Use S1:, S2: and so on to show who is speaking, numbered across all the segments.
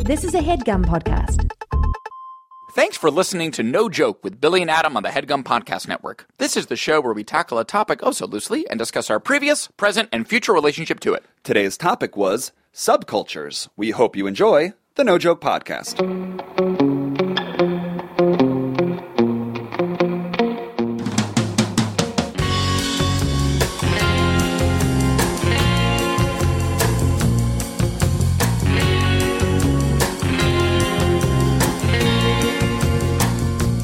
S1: This is a headgum podcast.
S2: Thanks for listening to No Joke with Billy and Adam on the Headgum Podcast Network. This is the show where we tackle a topic oh so loosely and discuss our previous, present, and future relationship to it.
S3: Today's topic was subcultures. We hope you enjoy the No Joke Podcast.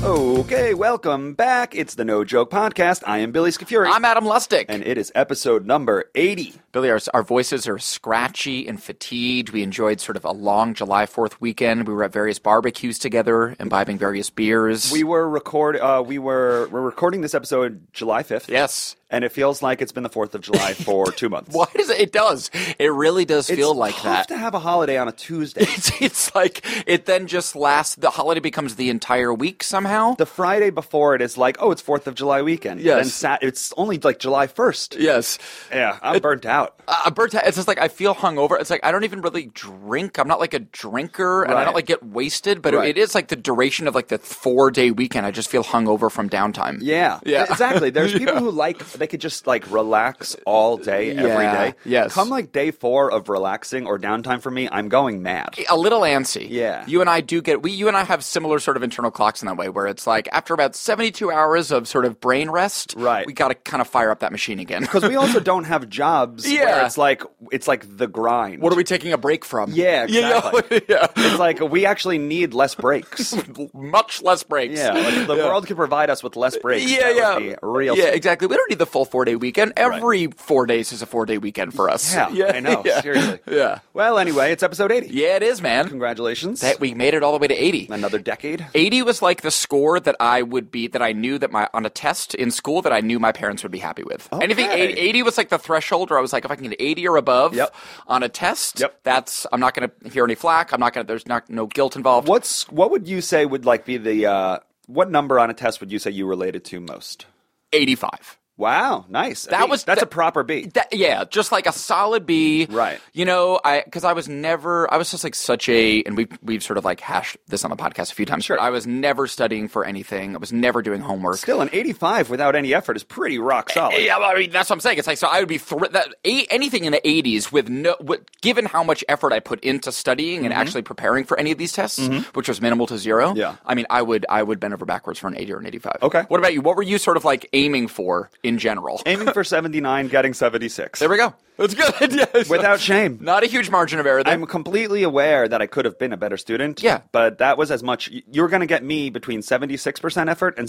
S3: Okay, welcome back. It's the No Joke Podcast. I am Billy Scafuri.
S2: I'm Adam Lustig.
S3: and it is episode number 80.
S2: Billy, our, our voices are scratchy and fatigued. We enjoyed sort of a long July 4th weekend. We were at various barbecues together, imbibing various beers.
S3: We were record uh, we were we're recording this episode July 5th.
S2: yes.
S3: And it feels like it's been the 4th of July for 2 months.
S2: Why does it? It does. It really does
S3: It's
S2: feel like
S3: tough
S2: that.
S3: to have a holiday on a Tuesday.
S2: It's, it's like it then just lasts. The holiday becomes the entire week somehow.
S3: the Friday before it is like, oh, it's Fourth of July weekend.
S2: Yes.
S3: And sat- it's only like July first.
S2: yes.
S3: Yeah, I'm burnt out.
S2: Uh, bird it's just like I feel hungover. It's like I don't even really drink. I'm not like a drinker, and I
S3: Right.
S2: don't like get wasted. But
S3: Right.
S2: it is like the duration of like the four day weekend. I just feel hungover from downtime.
S3: Yeah,
S2: Yeah.
S3: exactly. There's people
S2: Yeah.
S3: who like they could just like relax all day every
S2: Yeah,
S3: day.
S2: yes.
S3: Come like day four of relaxing or downtime for me, I'm going mad.
S2: a little antsy.
S3: Yeah.
S2: You and I do get we you and I have similar sort of internal clocks in that way where it's like after about 72 hours of sort of brain rest,
S3: Right.
S2: we got to kind of fire up that machine again.
S3: Because we also don't have jobs where
S2: Yeah.
S3: it's like it's like the grind.
S2: what are we taking a break from?
S3: Yeah,
S2: Yeah,
S3: exactly.
S2: yeah.
S3: It's like we actually need less breaks.
S2: Much less breaks.
S3: yeah, like the world could provide us with less breaks.
S2: Yeah,
S3: That would
S2: yeah,
S3: be real.
S2: yeah, exactly. We don't need the full four day weekend. Every four days is a four day weekend for us.
S3: Yeah, I know.
S2: yeah.
S3: Seriously.
S2: Yeah,
S3: Well, anyway, it's episode eighty.
S2: yeah, it is, man.
S3: Congratulations.
S2: That we made it all the way to eighty.
S3: Another decade.
S2: 80 was like the score that I would be that I knew that my on a test in school that I knew my parents would be happy with. Anything
S3: Okay.
S2: 80, 80 was like the threshold where I was like if I can get 80 or above
S3: Yep.
S2: on a test,
S3: Yep.
S2: that's I'm not going to hear any flack. I'm not going to there's not no guilt involved.
S3: What's what would you say would like be the uh, what number on a test would you say you related to most?
S2: 85.
S3: Wow, nice. A
S2: That
S3: B.
S2: was-
S3: that's
S2: that-
S3: a proper B.
S2: That, yeah, just like a solid B.
S3: Right.
S2: You know, I because I was never I was just like such a and we we've sort of like hashed this on the podcast a few times.
S3: Sure.
S2: But I was never studying for anything. I was never doing homework.
S3: Still, an 85 without any effort is pretty rock solid.
S2: Yeah, well, I mean that's what I'm saying. It's like so I would be thr- that a- anything in the 80s with no with, given how much effort I put into studying and actually preparing for any of these tests, which was minimal to zero.
S3: Yeah.
S2: I mean, I would I would bend over backwards for an 80 or an 85.
S3: Okay.
S2: What about you? What were you sort of like aiming for in general?
S3: Aiming for 79, getting 76.
S2: there we go. That's good. yes.
S3: Without shame.
S2: not a huge margin of error. There.
S3: I'm completely aware that I could have been a better student.
S2: Yeah.
S3: But that was as much. y- You're going to get me between 76% effort and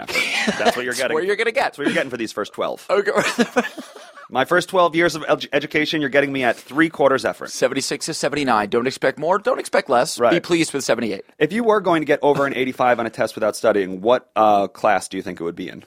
S3: effort. That's what you're getting.
S2: where you're gonna get.
S3: That's what you're getting for these first 12.
S2: okay.
S3: My first 12 years of ed- education, you're getting me at three quarters effort.
S2: 76 to 79. Don't expect more. Don't expect less.
S3: Right.
S2: Be pleased with 78.
S3: If you were going to get over an 85 on a test without studying, what uh, class do you think it would be in?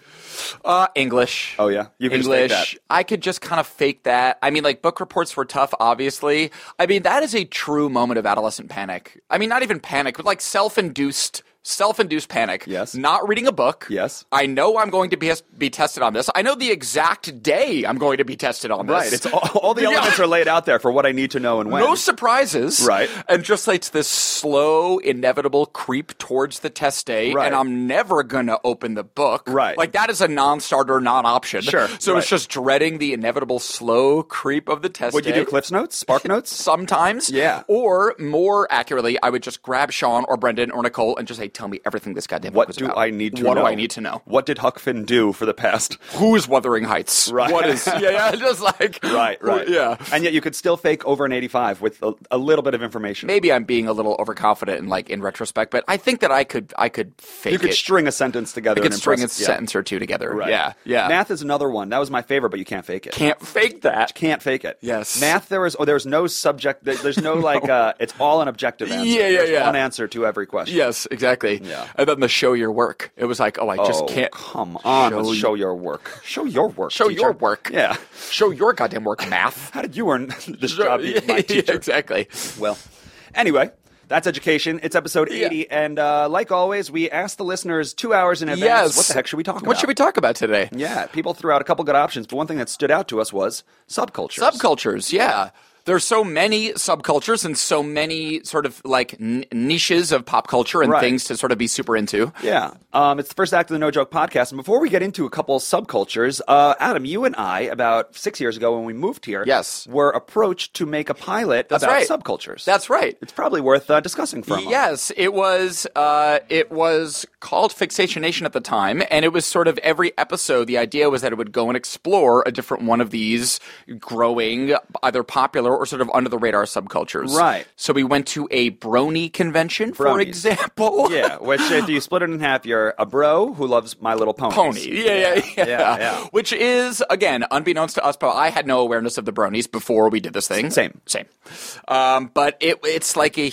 S2: Uh, English.
S3: Oh, yeah? You can just fake
S2: English.
S3: that.
S2: I could just kind of fake that. I mean, like book reports were tough, obviously. I mean, that is a true moment of adolescent panic. I mean, not even panic, but like self-induced, self-induced panic.
S3: Yes.
S2: Not reading a book.
S3: Yes.
S2: I know I'm going to be be tested on this. I know the exact day I'm going to be tested on this.
S3: Right. It's all, all the
S2: Yeah.
S3: elements are laid out there for what I need to know and when.
S2: No surprises.
S3: Right.
S2: And just like this slow, inevitable creep towards the test day.
S3: Right.
S2: And I'm never going to open the book.
S3: Right.
S2: Like that is a non starter, non option.
S3: Sure,
S2: So
S3: right.
S2: it's just dreading the inevitable slow creep of the test
S3: Would you
S2: day.
S3: do Cliff's Notes? Spark Notes?
S2: Sometimes.
S3: Yeah.
S2: Or more accurately, I would just grab Sean or Brendan or Nicole and just say, tell me everything this goddamn book
S3: What
S2: is
S3: do
S2: about.
S3: I need to
S2: what
S3: know?
S2: do I need to know?
S3: What did Huck Finn do for the past?
S2: Who's Wuthering Heights?
S3: Right.
S2: What is. Yeah, yeah. Just like.
S3: Right, right.
S2: Yeah.
S3: And yet you could still fake over an 85 with a, a little bit of information.
S2: Maybe I'm being a little overconfident in like in retrospect, but I think that I could I could fake
S3: You could
S2: it.
S3: string a sentence together.
S2: I could
S3: and
S2: string a
S3: impress- yeah.
S2: sentence or two together.
S3: Right.
S2: Yeah, yeah.
S3: Math is another one. That was my favorite, but you can't fake it.
S2: can't fake that.
S3: can't fake it.
S2: Yes.
S3: Math, there is oh, there's no subject. there- There's no like. uh It's all an objective answer.
S2: Yeah, yeah,
S3: There's
S2: yeah.
S3: One answer to every question.
S2: Yes, exactly.
S3: Yeah.
S2: And then the show your work. It was like, oh, I just
S3: oh,
S2: can't
S3: Come on,
S2: show
S3: show,
S2: you-
S3: show your work. Show your work.
S2: show
S3: teacher.
S2: your work.
S3: Yeah.
S2: show your goddamn work, math.
S3: How did you earn this job being my
S2: Yeah,
S3: teacher?
S2: exactly.
S3: Well, anyway. That's education. It's episode 80. And uh, like always, we asked the listeners two hours in advance
S2: Yes.
S3: what the heck should we talk about?
S2: What should we talk about today?
S3: Yeah, people threw out a couple good options, but one thing that stood out to us was subcultures.
S2: Subcultures. Yeah. there's so many subcultures and so many sort of like n- niches of pop culture and
S3: Right.
S2: things to sort of be super into.
S3: Yeah. Um, it's the first act of the No Joke podcast. And before we get into a couple subcultures, uh, Adam, you and I, about six years ago when we moved here,
S2: Yes.
S3: were approached to make a pilot
S2: That's
S3: about
S2: right.
S3: subcultures.
S2: That's right.
S3: It's probably worth uh, discussing for a moment.
S2: Yes, it was. Uh, it was called Fixation Nation at the time, and it was sort of every episode. The idea was that it would go and explore a different one of these growing, either popular or sort of under the radar subcultures.
S3: Right.
S2: So we went to a Brony convention, for
S3: Bronies.
S2: example.
S3: Yeah, which if you split it in half, you're a bro who loves My Little Ponies.
S2: Pony. Yeah, yeah, yeah.
S3: yeah, yeah.
S2: Which is, again, unbeknownst to us, but I had no awareness of the bronies before we did this thing.
S3: Same.
S2: Same. Um, but it, it's like a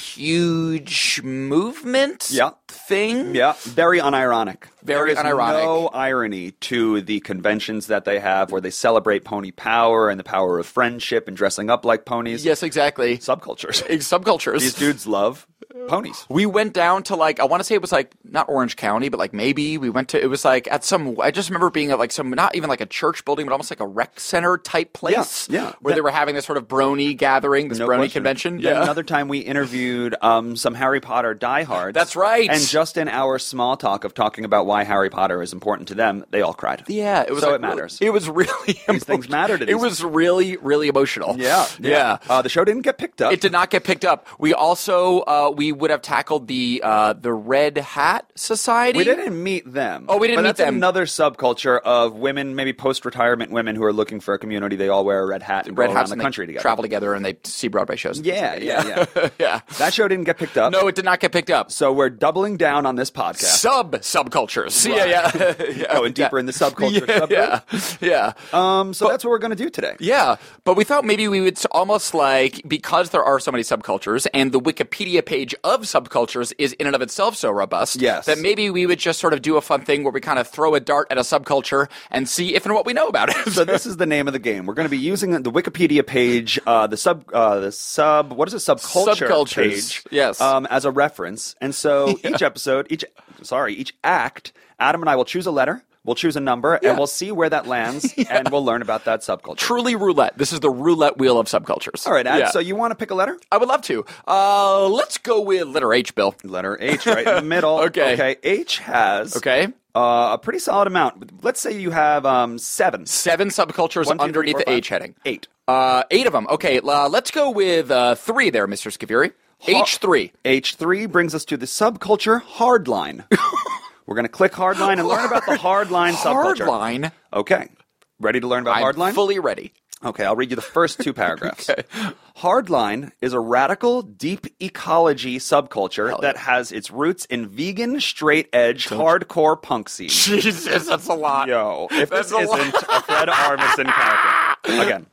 S2: huge movement
S3: Yeah.
S2: thing.
S3: Yeah, very unironic.
S2: Very
S3: There is
S2: unironic.
S3: No irony to the conventions that they have, where they celebrate pony power and the power of friendship and dressing up like ponies.
S2: Yes, exactly.
S3: subcultures.
S2: Ex- subcultures.
S3: These dudes love ponies.
S2: we went down to like I want to say it was like not Orange County, but like maybe we went to it was like at some I just remember being at like some not even like a church building, but almost like a rec center type place.
S3: yeah.
S2: Where they
S3: That-
S2: were having this sort of brony gathering, this
S3: No
S2: brony
S3: question.
S2: convention.
S3: Then Another time we interviewed um, some Harry Potter diehards.
S2: That's right.
S3: And just in our small talk of talking about why Harry Potter is important to them, they all cried.
S2: Yeah, it was
S3: so
S2: like
S3: it matters.
S2: It was really
S3: These things
S2: emotional.
S3: matter to
S2: It
S3: these-
S2: was really really emotional.
S3: yeah,
S2: yeah.
S3: Uh, the show didn't get picked up.
S2: It did not get picked up. We also uh, we would have tackled the uh, the Red Hat Society.
S3: We didn't meet them.
S2: Oh, we didn't
S3: but
S2: meet
S3: that's
S2: them.
S3: Another subculture of women, maybe post-retirement women who are looking for a community. They all wear a red hat and
S2: Red
S3: go
S2: Hats
S3: around the
S2: and they
S3: country together.
S2: travel together and they see Broadway shows. and
S3: Yeah,
S2: things
S3: yeah,
S2: like that.
S3: yeah.
S2: yeah.
S3: That show didn't get picked up.
S2: No, it did not get picked up.
S3: So we're doubling down on this podcast.
S2: Sub subcultures. Yeah, yeah. yeah.
S3: Going deeper in the subculture.
S2: Yeah,
S3: subgroup.
S2: yeah, yeah,
S3: Um, so that's what we're going to do today.
S2: yeah. But we thought maybe we would s- almost like because there are so many subcultures, and the Wikipedia page of subcultures is in and of itself so robust.
S3: Yes.
S2: that maybe we would just sort of do a fun thing where we kind of throw a dart at a subculture and see if and what we know about it.
S3: So this is the name of the game. We're going to be using the Wikipedia page, uh, the sub, uh, the sub, what is it, subculture
S2: Subcultures,
S3: page,
S2: yes.
S3: um, as a reference. And so each episode, each sorry, each act, Adam and I will choose a letter, we'll choose a number,
S2: Yeah.
S3: and we'll see where that lands, and we'll learn about that subculture.
S2: Truly roulette. This is the roulette wheel of subcultures.
S3: All right, Adam.
S2: Yeah.
S3: So you want to pick a letter?
S2: I would love to. Uh, let's go with letter H, Bill.
S3: Letter H, right in the middle.
S2: Okay.
S3: Okay. H has
S2: Okay.
S3: uh, a pretty solid amount. Let's say you have um, seven.
S2: Seven subcultures
S3: One, two, three,
S2: underneath
S3: four,
S2: the
S3: five.
S2: H heading.
S3: Eight.
S2: Uh, eight of them. Okay, uh, let's go with uh, three there, Mr. Scavuri. H3.
S3: H3 brings us to the subculture hardline. We're going to click hardline and learn about the hardline subculture.
S2: Hardline.
S3: Okay. Ready to learn about
S2: I'm
S3: hardline?
S2: fully ready.
S3: okay, I'll read you the first two paragraphs. Hardline is a radical, deep ecology subculture that has its roots in vegan, straight edge, hardcore punk scene.
S2: Jesus, that's a lot.
S3: Yo, if
S2: That's
S3: this
S2: a lot.
S3: isn't a Fred Armisen character. Again.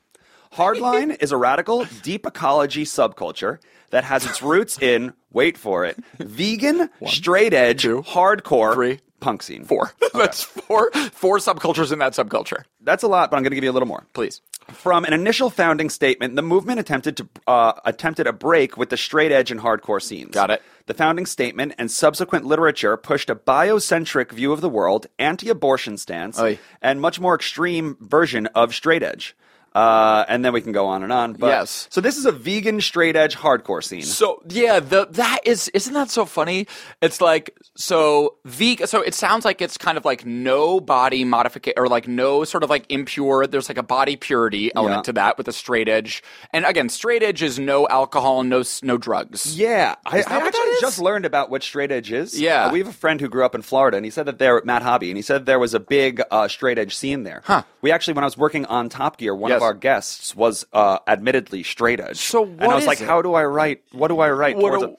S3: Hardline is a radical, deep ecology subculture that has its roots in, wait for it, vegan, straight edge, hardcore,
S2: three,
S3: punk scene.
S2: Four. that's four. Four subcultures in that subculture.
S3: That's a lot, but I'm going to give you a little more.
S2: Please.
S3: From an initial founding statement, the movement attempted to uh, attempted a break with the straight edge and hardcore scenes.
S2: Got it.
S3: The founding statement and subsequent literature pushed a biocentric view of the world, anti-abortion stance,
S2: Oy.
S3: and much more extreme version of straight edge. Uh, and then we can go on and on. But,
S2: Yes.
S3: So this is a vegan straight edge hardcore scene.
S2: So yeah, the that is isn't that so funny? It's like so vegan. So it sounds like it's kind of like no body modification or like no sort of like impure. There's like a body purity element
S3: Yeah.
S2: to that with a straight edge. And again, straight edge is no alcohol, no s- no drugs.
S3: Yeah, I,
S2: Is that
S3: I
S2: what
S3: actually
S2: that is?
S3: just learned about what straight edge is.
S2: Yeah.
S3: Uh, we have a friend who grew up in Florida, and he said that there, Matt Hobby, and he said there was a big uh, straight edge scene there.
S2: Huh.
S3: We actually, when I was working on Top Gear, one
S2: Yes.
S3: of our guests was uh, admittedly straight edge.
S2: So
S3: and
S2: what
S3: I was
S2: is
S3: like,
S2: it?
S3: how do I write? What do I write?
S2: What
S3: towards
S2: do-
S3: it?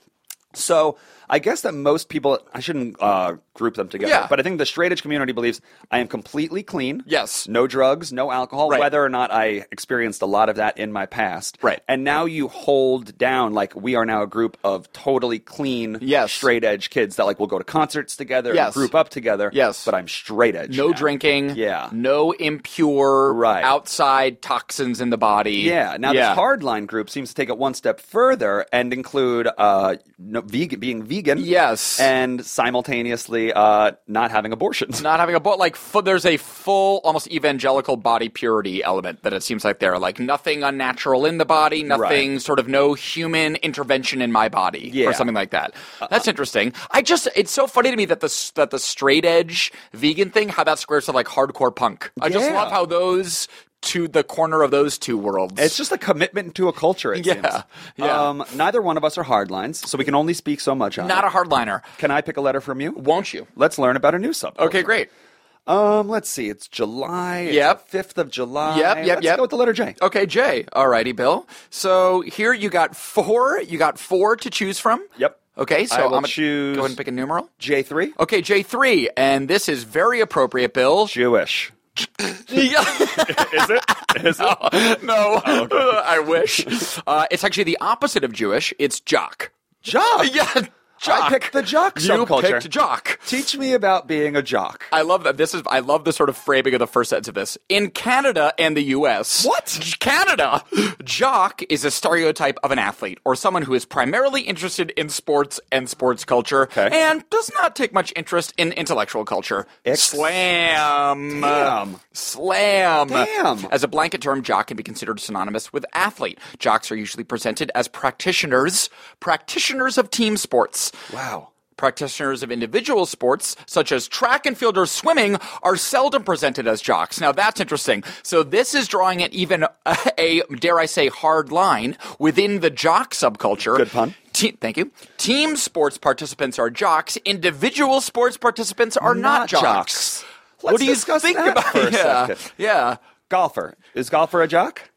S3: So I guess that most people, I shouldn't uh, group them together,
S2: Yeah.
S3: but I think the straight edge community believes I am completely clean.
S2: Yes.
S3: no drugs, no alcohol.
S2: Right.
S3: Whether or not I experienced a lot of that in my past,
S2: Right.
S3: And now you hold down like we are now a group of totally clean,
S2: Yes.
S3: straight edge kids that like will go to concerts together,
S2: Yes.
S3: and group up together,
S2: Yes.
S3: But I'm straight edge.
S2: No
S3: now.
S2: drinking.
S3: Yeah.
S2: No impure
S3: Right.
S2: outside toxins in the body.
S3: Yeah. Now this hardline group seems to take it one step further and include uh, no, vegan, being vegan.
S2: Yes.
S3: And simultaneously uh, not having abortions.
S2: not having a but like fu- there's a full almost evangelical body purity element that it seems like there like nothing unnatural in the body nothing sort of no human intervention in my body
S3: Yeah. Uh,
S2: or something like that that's interesting i just it's so funny to me that the s- that the straight edge vegan thing how that squares to like hardcore punk i just
S3: Yeah.
S2: love how those to the corner of those two worlds
S3: It's just a commitment to a culture, it
S2: Yeah.
S3: seems.
S2: Yeah.
S3: Um, neither one of us are hardlines, so we can only speak so much on
S2: not
S3: it.
S2: a hardliner
S3: Can I pick a letter from you?
S2: won't you
S3: Let's learn about a new subculture.
S2: okay great
S3: Um, let's see. It's July. It's
S2: Yep.
S3: the 5th of July.
S2: Yep, yep,
S3: Let's
S2: yep.
S3: go with the letter J.
S2: Okay, Jay. Alrighty, Bill. So here you got four. You got four to choose from.
S3: Yep.
S2: Okay, so
S3: I
S2: I'm
S3: will
S2: gonna
S3: choose-
S2: Go ahead and pick a numeral.
S3: J3.
S2: Okay, J three, and this is very appropriate, Bill.
S3: Jewish.
S2: Yeah.
S3: Is it? Is it?
S2: no,
S3: Oh,
S2: I wish. Uh, it's actually the opposite of Jewish. It's jock.
S3: Jock.
S2: Yeah, jock.
S3: I picked the jock
S2: you
S3: subculture.
S2: picked jock.
S3: Teach me about being a jock.
S2: I love that. This is I love the sort of framing of the first sentence of this. In Canada and the U.S.,
S3: What?
S2: Canada, jock is a stereotype of an athlete or someone who is primarily interested in sports and sports culture,
S3: Okay.
S2: and does not take much interest in intellectual culture.
S3: Ex-
S2: Slam,
S3: Damn.
S2: slam.
S3: Damn.
S2: As a blanket term, jock can be considered synonymous with athlete. Jocks are usually presented as practitioners, practitioners of team sports.
S3: Wow.
S2: Practitioners of individual sports, such as track and field or swimming, are seldom presented as jocks. Now that's interesting. So this is drawing it even a, dare I say, hard line within the jock subculture.
S3: Good pun.
S2: Te- thank you. Team sports participants are jocks. Individual sports participants are not,
S3: Not
S2: jocks.
S3: jocks.
S2: what
S3: Let's
S2: do you
S3: discuss
S2: think
S3: that
S2: about
S3: for a
S2: yeah,
S3: second.
S2: Yeah.
S3: Golfer. Is golfer a jock?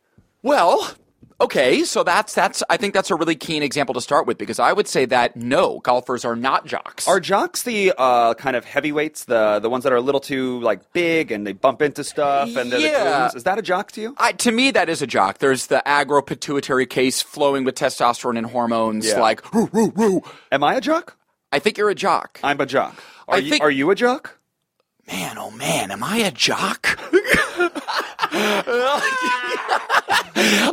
S2: Well, okay, so that's that's I think that's a really keen example to start with because I would say that no, golfers are not jocks.
S3: Are jocks the uh, kind of heavyweights, the the ones that are a little too like big and they bump into stuff and they're the
S2: Yeah.
S3: goons? Is that a jock to you?
S2: I, to me, that is a jock. There's the agropituitary case flowing with testosterone and hormones.
S3: Yeah.
S2: Like, "Roo, roo, roo."
S3: Am I a jock?
S2: I think you're a jock.
S3: I'm a jock. Are
S2: I
S3: you
S2: think-
S3: are you a jock?
S2: man, oh man, am I a jock?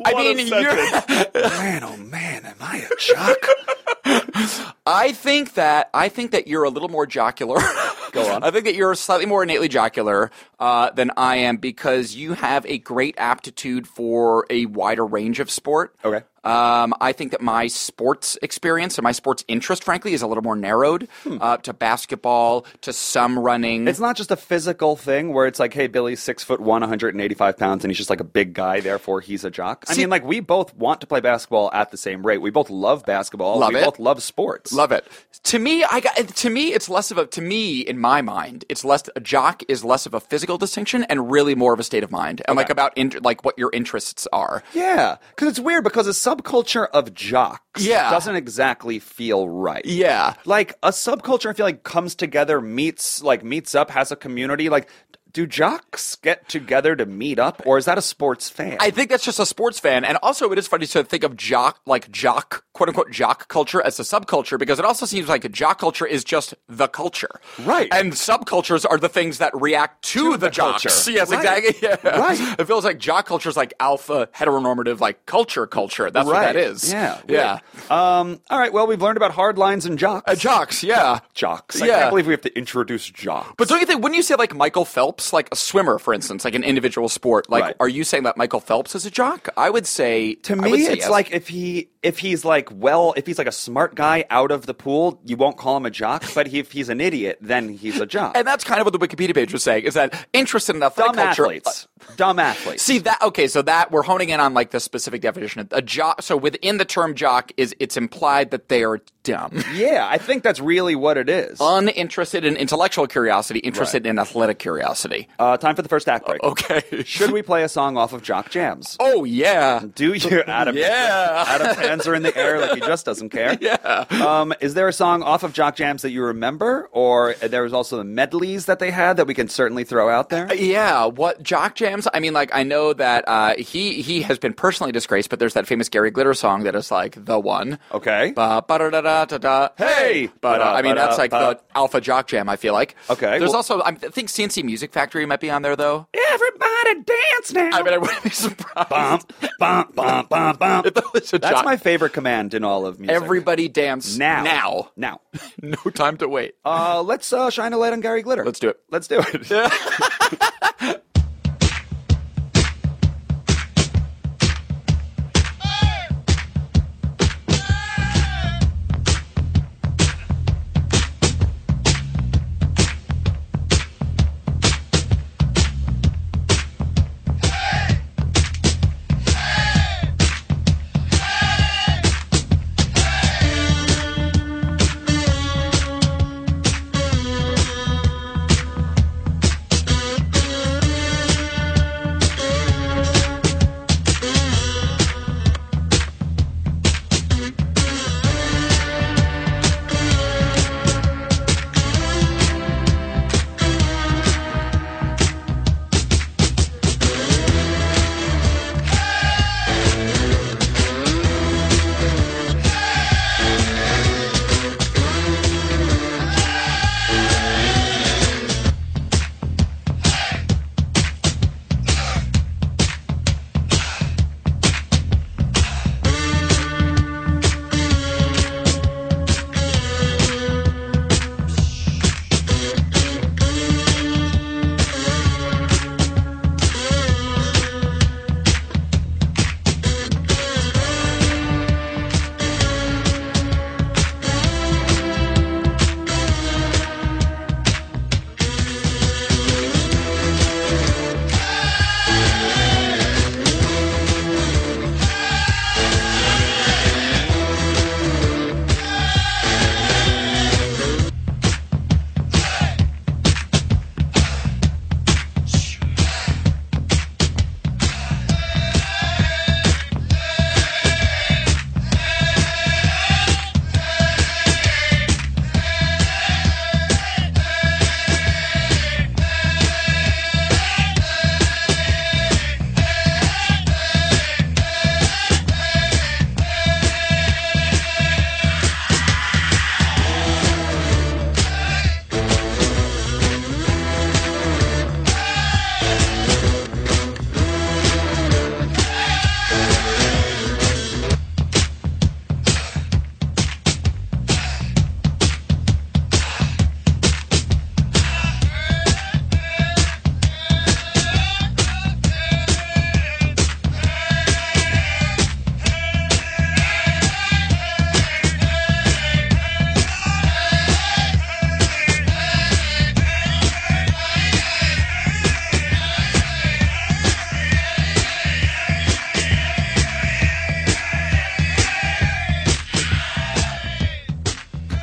S2: I mean, you're,
S3: man, oh man, am I a jock?
S2: I think that I think that you're a little more jocular.
S3: Go on.
S2: I think that you're slightly more innately jocular uh, than I am because you have a great aptitude for a wider range of sport.
S3: Okay.
S2: Um, I think that my sports experience and my sports interest, frankly, is a little more narrowed
S3: Hmm.
S2: uh, to basketball, to some running.
S3: it's not just a physical thing where it's like, hey, Billy's six foot one, 185 pounds, and he's just like a big guy, therefore he's a jock. I
S2: See-
S3: mean, like we both want to play basketball at the same rate. We both love basketball.
S2: Love
S3: we
S2: it.
S3: both love sports.
S2: Love it. To me, I got, to me, it's less of a to me in my mind. It's less a jock is less of a physical distinction and really more of a state of mind and like about in, like what your interests are.
S3: Yeah, because it's weird because a subculture of jocks
S2: Yeah.
S3: doesn't exactly feel right.
S2: Yeah.
S3: Like a subculture, I feel like comes together, meets like meets up, has a community. Like, do jocks get together to meet up, or is that a sports fan?
S2: I think that's just a sports fan, and also it is funny to think of jock, like jock, quote unquote jock culture as a subculture because it also seems like jock culture is just the culture,
S3: Right.
S2: And subcultures are the things that react to, the,
S3: the
S2: jocks.
S3: culture.
S2: Yes,
S3: Right.
S2: exactly. Yeah.
S3: Right.
S2: It feels like jock culture is like alpha heteronormative, like culture culture. That's what that is.
S3: Yeah.
S2: yeah.
S3: weird. Um. All right. Well, we've learned about hard lines and jocks.
S2: Uh, jocks, yeah.
S3: jocks. I
S2: Yeah.
S3: can't believe we have to introduce jocks.
S2: But don't you think, wouldn't you say like Michael Phelps, like a swimmer, for instance, like an individual sport, like,
S3: Right.
S2: are you saying that Michael Phelps is a jock? I would say,
S3: to me, it's like if he if he's like well, if he's like a smart guy out of the pool, you won't call him a jock. But he, if he's an idiot, then he's a jock.
S2: And that's kind of what the Wikipedia page was saying is that interest in athletic
S3: dumb
S2: culture. uh,
S3: athletes. dumb athletes.
S2: See that okay, so that we're honing in on like the specific definition. A jock so within the term jock is it's implied that they are dumb.
S3: yeah, I think that's really what it is.
S2: Uninterested in intellectual curiosity, interested in athletic curiosity.
S3: Uh, time for the first act break.
S2: Okay.
S3: Should we play a song off of Jock Jams?
S2: oh yeah.
S3: Do you, Adam?
S2: Yeah.
S3: Adam's hands are in the air like he just doesn't care. Yeah. Um, is there a song off of Jock Jams that you remember, or there was also the medleys that they had that we can certainly throw out there?
S2: Yeah, what jock jams? I mean, like I know that uh, he he has been personally disgraced, but there's that famous Gary Glitter song that is like the one.
S3: Okay.
S2: Ba da da da da da.
S3: Hey!
S2: But uh, I mean, that's like
S3: Ba-da-ba-da-ba.
S2: the alpha jock jam. I feel like.
S3: Okay,
S2: There's
S3: well-
S2: also I think CNC Music Factory might be on there though.
S3: Everybody dance now.
S2: I mean, I wouldn't be surprised.
S3: bump, bump, bump, bump, bump.
S2: That was a
S3: That's
S2: jock
S3: my favorite command in all of music?
S2: Everybody dance
S3: now,
S2: Now.
S3: now.
S2: No time to wait.
S3: Uh, let's uh, shine a light on Gary Glitter.
S2: Let's do it.
S3: Let's do it.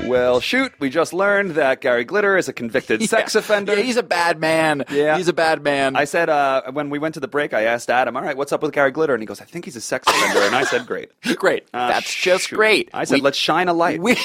S3: Well, shoot, we just learned that Gary Glitter is a convicted sex
S2: Yeah.
S3: offender.
S2: Yeah, he's a bad man.
S3: Yeah.
S2: He's a bad man.
S3: I said, uh, when we went to the break, I asked Adam, all right, what's up with Gary Glitter? And he goes, I think he's a sex offender. And I said, great.
S2: great.
S3: Uh,
S2: That's just
S3: shoot.
S2: great.
S3: I said,
S2: We-
S3: let's shine a light. We,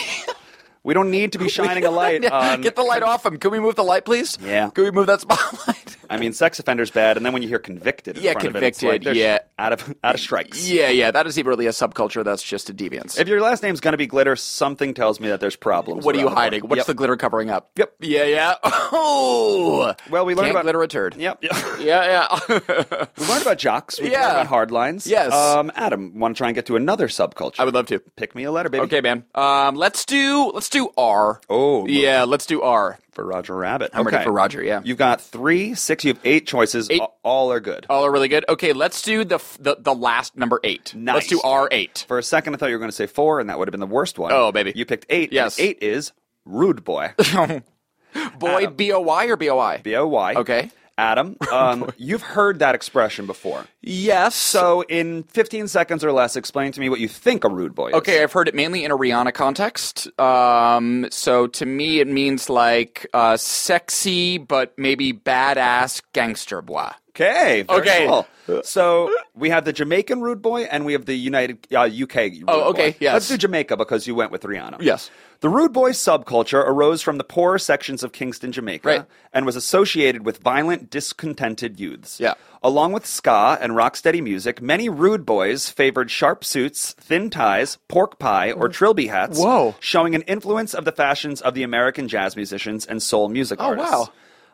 S2: we
S3: don't need to be shining a light on.
S2: Get the light off him. Can we move the light, please?
S3: Yeah.
S2: Can we move that spotlight?
S3: I mean, sex offender's bad. And then when you hear convicted, in
S2: Yeah,
S3: front of it, it's like
S2: convicted,
S3: they're
S2: yeah.
S3: sh- out of out of strikes.
S2: yeah, yeah. That isn't really a subculture. That's just a deviance.
S3: If your last name's gonna be glitter, something tells me that there's problems.
S2: what are you
S3: around the
S2: hiding?
S3: world.
S2: What's
S3: Yep.
S2: the glitter covering up?
S3: Yep.
S2: Yeah, yeah. Oh.
S3: Well, we learned
S2: Can't
S3: about-
S2: glitter a turd.
S3: Yep.
S2: Yeah, yeah.
S3: we learned about jocks. We
S2: Yeah.
S3: learned about hard lines.
S2: Yes.
S3: Um, Adam, want to try and get to another subculture?
S2: I would love to.
S3: pick me a letter, baby.
S2: Okay, man. Um, let's do let's do R.
S3: Oh,
S2: yeah. Let's do R.
S3: for Roger Rabbit.
S2: I'm ready for Roger, yeah.
S3: You've got three, six. You have eight choices.
S2: Eight. Oh.
S3: A- All are good.
S2: All are really good. Okay, let's do the f- the, the last number eight. Let's
S3: Nice.
S2: do R eight.
S3: For a second, I thought you were going to say four, and that would have been the worst one.
S2: Oh, baby.
S3: You picked eight. and
S2: Yes.
S3: eight is rude boy.
S2: Boy, B O Y or B O I.
S3: B O Y.
S2: Okay.
S3: Adam, um, you've heard that expression before.
S2: Yes.
S3: So, in 15 seconds or less, explain to me what you think a rude boy is.
S2: Okay, I've heard it mainly in a Rihanna context. Um, so to me, it means like uh, sexy but maybe badass gangster boy.
S3: Okay. very
S2: Okay.
S3: cool. So we have the Jamaican rude boy and we have the United uh, UK. Rude
S2: Oh, okay,
S3: Boy.
S2: yes.
S3: Let's do Jamaica because you went with Rihanna.
S2: Yes.
S3: The rude boy subculture arose from the poorer sections of Kingston, Jamaica,
S2: Right.
S3: and was associated with violent, discontented youths.
S2: Yeah.
S3: Along with ska and rocksteady music, many rude boys favored sharp suits, thin ties, pork pie, or trilby hats.
S2: Whoa.
S3: Showing an influence of the fashions of the American jazz musicians and soul music
S2: Oh,
S3: artists.
S2: wow.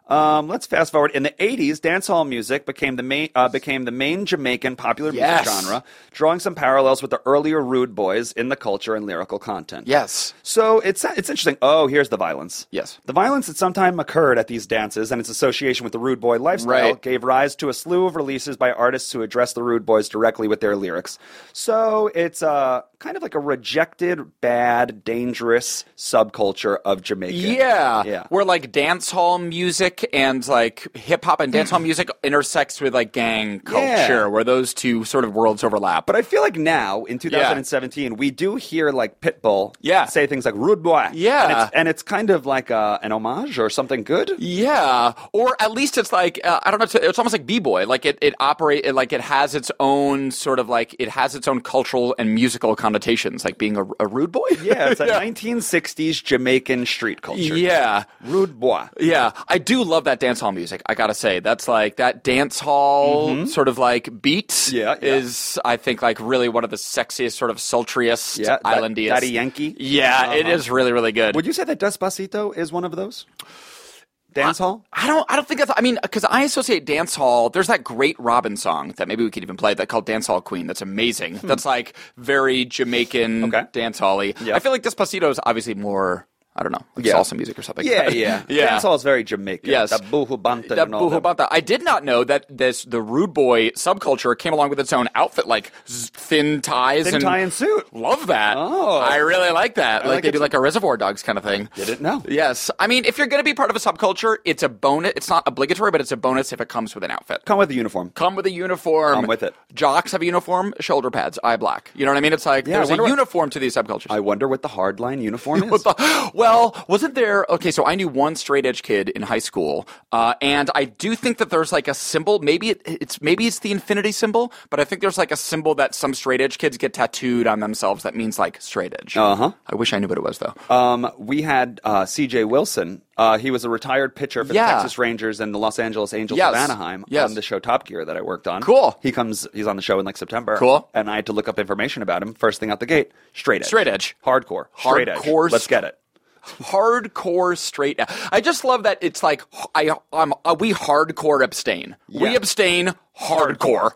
S3: Um, let's fast forward. In the 80s, dancehall music became the main uh, became the main Jamaican popular
S2: Yes.
S3: music genre, drawing some parallels with the earlier Rude Boys in the culture and lyrical content.
S2: Yes.
S3: So it's it's interesting. Oh, here's the violence.
S2: Yes.
S3: the violence that sometime occurred at these dances and its association with the rude boy lifestyle
S2: Right.
S3: gave rise to a slew of releases by artists who addressed the rude boys directly with their lyrics. So it's uh, kind of like a rejected, bad, dangerous subculture of Jamaica.
S2: Yeah.
S3: yeah.
S2: Where like dance hall music and like hip hop and dance hall music intersects with like gang culture,
S3: Yeah.
S2: where those two sort of worlds overlap.
S3: But I feel like now in 2017 we do hear like Pitbull
S2: Yeah.
S3: say things like "rude boy,"
S2: Yeah.
S3: and it's, and it's kind of like uh, an homage or something good.
S2: yeah, or at least it's like uh, I don't know. It's, it's almost like b boy. Like it, it operate it, like it has its own sort of like it has its own cultural and musical connotations, like being a, a rude boy.
S3: Yeah, it's a 1960s Jamaican street culture.
S2: yeah.
S3: Rude bois.
S2: Yeah, I do love that dance hall music. I gotta say, that's like that dance hall sort of like beat.
S3: Mm-hmm. Yeah, yeah.
S2: is I think like really one of the sexiest, sort of sultriest,
S3: Yeah, that-
S2: islandiest.
S3: Daddy Yankee. Um, Uh-huh.
S2: Yeah, it is really, really good.
S3: Would you say that Despacito is one of those? Dance hall?
S2: I don't. I don't think that's. I mean, because I associate dance hall. There's that great Robin song that maybe we could even play that called "Dance Hall Queen." That's amazing. That's like very Jamaican
S3: Hmm. Okay.
S2: dance hally.
S3: Yeah.
S2: I feel like Despacito is obviously more. I don't know, like
S3: Yeah.
S2: salsa music or something. yeah.
S3: Dance hall is very Jamaican.
S2: Yes.
S3: The buhu banta.
S2: that
S3: and all them.
S2: buhubanta. I did not know that this the rude boy subculture came along with its own outfit, like z- thin ties
S3: Thin
S2: and
S3: tie and suit.
S2: Love that.
S3: Oh.
S2: I really like that. like,
S3: like
S2: they
S3: it
S2: do
S3: too.
S2: like a Reservoir Dogs kind of thing.
S3: Didn't know.
S2: Yes, I mean if you're going to be part of a subculture, it's a bonus. It's not obligatory, but it's a bonus if it comes with an outfit.
S3: Come with a uniform.
S2: Come with a uniform.
S3: Come with it.
S2: Jocks have a uniform. Shoulder pads, eye black. You know what I mean? It's like
S3: Yeah, I
S2: there's a
S3: wonder what-
S2: uniform to these subcultures.
S3: I wonder what the hardline uniform is.
S2: What the- well, wasn't there? Okay, so I knew one straight edge kid in high school, uh, and I do think that there's like a symbol. Maybe it, it's maybe it's the infinity symbol, but I think there's like a symbol that some straight edge kids get tattooed on themselves that means like straight edge. Uh
S3: Uh-huh.
S2: I wish I knew what it was though.
S3: Um, we had uh, C.J. Wilson. Uh, he was a retired pitcher for
S2: Yeah.
S3: the Texas Rangers and the Los Angeles Angels
S2: Yes.
S3: of Anaheim
S2: Yes.
S3: on the show Top Gear that I worked on.
S2: Cool.
S3: He comes. He's on the show in like September.
S2: Cool.
S3: And I had to look up information about him. First thing out the gate, straight edge.
S2: Straight edge.
S3: Hardcore. Straight
S2: Hardcore
S3: edge. Let's
S2: straight-
S3: get it.
S2: hardcore straight. I just love that it's like I um, uh, we hardcore abstain. We
S3: Yeah.
S2: abstain hardcore.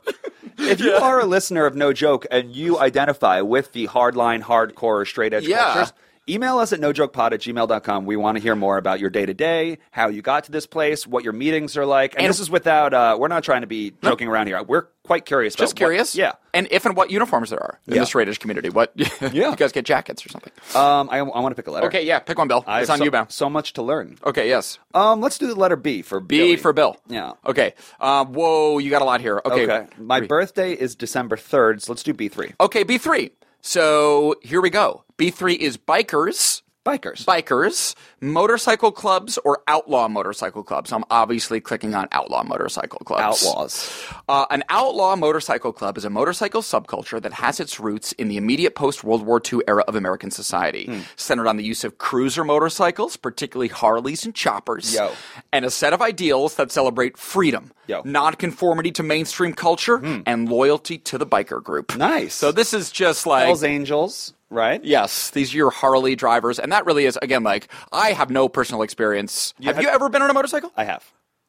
S3: If you are a listener of No Joke and you identify with the hardline, hardcore, or straight edge
S2: Yeah.
S3: cultures, email us at nojokepod at gmail.com. We want to hear more about your day to day, how you got to this place, what your meetings are like. And,
S2: And-
S3: this is without, uh, we're not trying to be joking around here. We're quite curious.
S2: just
S3: about what-
S2: curious.
S3: yeah.
S2: And if and what uniforms there are in
S3: Yeah.
S2: the straight edge community. What?
S3: Yeah.
S2: you guys get jackets or something.
S3: Um, I, I want to pick a letter.
S2: Okay, yeah, pick one, Bill.
S3: I
S2: it's
S3: have
S2: on
S3: so,
S2: you, Bill.
S3: So much to learn.
S2: Okay, yes.
S3: Um, let's do the letter B for
S2: B
S3: Billy.
S2: for Bill.
S3: Yeah.
S2: Okay. Uh, whoa, you got a lot here. Okay.
S3: Okay. My birthday is December 3rd, so let's do B3.
S2: Okay, B3. So here we go. B3 is bikers,
S3: Bikers.
S2: bikers, motorcycle clubs, or outlaw motorcycle clubs. I'm obviously clicking on outlaw motorcycle clubs.
S3: Outlaws.
S2: Uh, an outlaw motorcycle club is a motorcycle subculture that has its roots in the immediate post World War II era of American society, centered on the use of cruiser motorcycles, particularly Harleys and choppers,
S3: Yo.
S2: and a set of ideals that celebrate freedom,
S3: Yo.
S2: nonconformity to mainstream culture, and loyalty to the biker group.
S3: Nice.
S2: So this is just like.
S3: Hells Angels, right?
S2: Yes, these are your Harley drivers, and that really is again like I have no personal experience. have
S3: had-
S2: you ever been on a motorcycle?
S3: I have.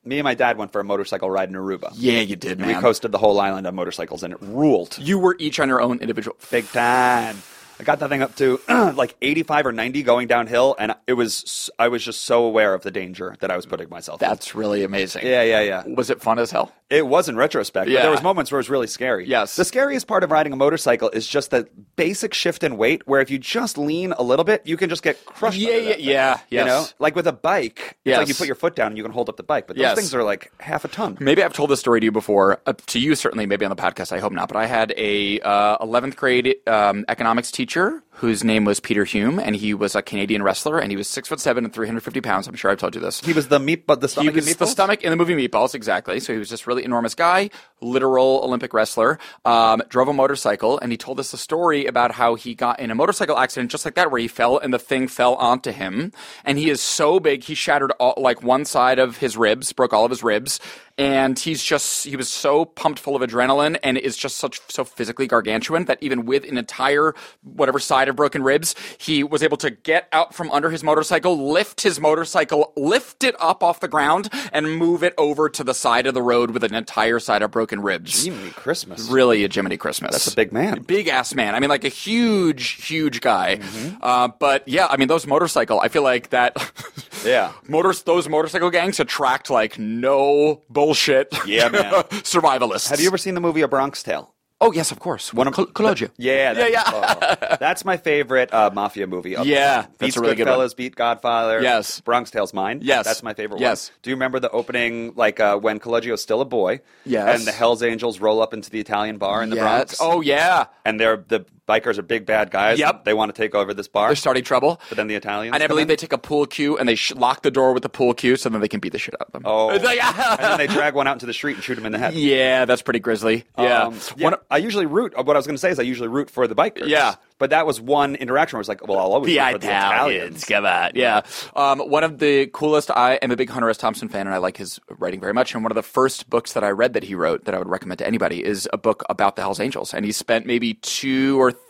S3: Me and my dad went for a motorcycle ride in Aruba.
S2: yeah, you did,
S3: We
S2: man.
S3: coasted the whole island on motorcycles and it ruled.
S2: you were each on your own individual.
S3: Big time. I got that thing up to like 85 or 90 going downhill and it was I was just so aware of the danger that I was putting myself in.
S2: That's really amazing.
S3: Yeah, yeah, yeah.
S2: Was it fun as hell?
S3: It was in retrospect,
S2: Yeah.
S3: but there was moments where it was really scary.
S2: Yes.
S3: The scariest part of riding a motorcycle is just that basic shift in weight where if you just lean a little bit, you can just get crushed.
S2: Yeah,
S3: under
S2: yeah,
S3: that thing.
S2: yeah, yes.
S3: You know, like with a bike, it's
S2: Yes.
S3: like you put your foot down and you can hold up the bike, but those
S2: Yes.
S3: things are like half a ton.
S2: Maybe I've told this story to you before, uh, to you certainly, maybe on the podcast. I hope not. But I had a uh, 11th grade um, economics teacher whose name was Peter Hume, and he was a Canadian wrestler, and he was six foot seven and 350 pounds. I'm sure I've told you this.
S3: He was the meat, but the
S2: He
S3: stomach.
S2: was
S3: and
S2: the
S3: meatballs?
S2: stomach in the movie Meatballs, exactly. So he was just really enormous guy, literal Olympic wrestler. Um, drove a motorcycle, and he told us a story about how he got in a motorcycle accident just like that, where he fell and the thing fell onto him. And he is so big, he shattered all, like one side of his ribs, broke all of his ribs, and he's just he was so pumped full of adrenaline and is just such so physically gargantuan that even with an entire whatever side might have broken ribs. He was able to get out from under his motorcycle, lift his motorcycle, lift it up off the ground, and move it over to the side of the road with an entire side of broken ribs.
S3: Jiminy Christmas.
S2: Really a Jiminy Christmas.
S3: That's a big man.
S2: Big ass man. I mean, like a huge, huge guy.
S3: Mm-hmm.
S2: Uh, but yeah, I mean, those motorcycle, I feel like that.
S3: Yeah.
S2: Motors, those motorcycle gangs attract like no bullshit.
S3: Yeah, man.
S2: survivalists.
S3: Have you ever seen the movie A Bronx Tale?
S2: Oh yes, of course. One of Col- Cologio.
S3: Yeah,
S2: yeah,
S3: that-
S2: yeah.
S3: oh, that's my favorite uh, mafia movie. of
S2: Yeah,
S3: them.
S2: that's
S3: Beats
S2: a really good one.
S3: Goodfellas, Beat Godfather.
S2: Yes.
S3: Bronx Tale's mine.
S2: Yes.
S3: that's my favorite.
S2: Yes.
S3: one. do you remember the opening, like uh, when Collegio's still a boy?
S2: Yes.
S3: and the Hell's Angels roll up into the Italian bar in the
S2: Yes.
S3: Bronx.
S2: Oh yeah.
S3: and they're the bikers are big bad guys.
S2: Yep.
S3: they want to take over this bar.
S2: They're starting trouble.
S3: But then the Italians
S2: And I
S3: come
S2: believe
S3: in?
S2: they take a pool cue and they sh- lock the door with the pool cue so then they can beat the shit out of them.
S3: Oh.
S2: It's like,
S3: and then they drag one out into the street and shoot him in the head.
S2: yeah, that's pretty grisly. Yeah.
S3: Um,
S2: One-
S3: I usually root. uh, What I was going to say is I usually root for the bikers.
S2: Yeah.
S3: but that was one interaction where it's like, well, I'll always
S2: the
S3: root for the
S2: Italians, come on, yeah. Um, one of the coolest. I am a big Hunter S. Thompson fan, and I like his writing very much. And one of the first books that I read that he wrote that I would recommend to anybody is a book about the Hell's Angels. And he spent maybe two or th-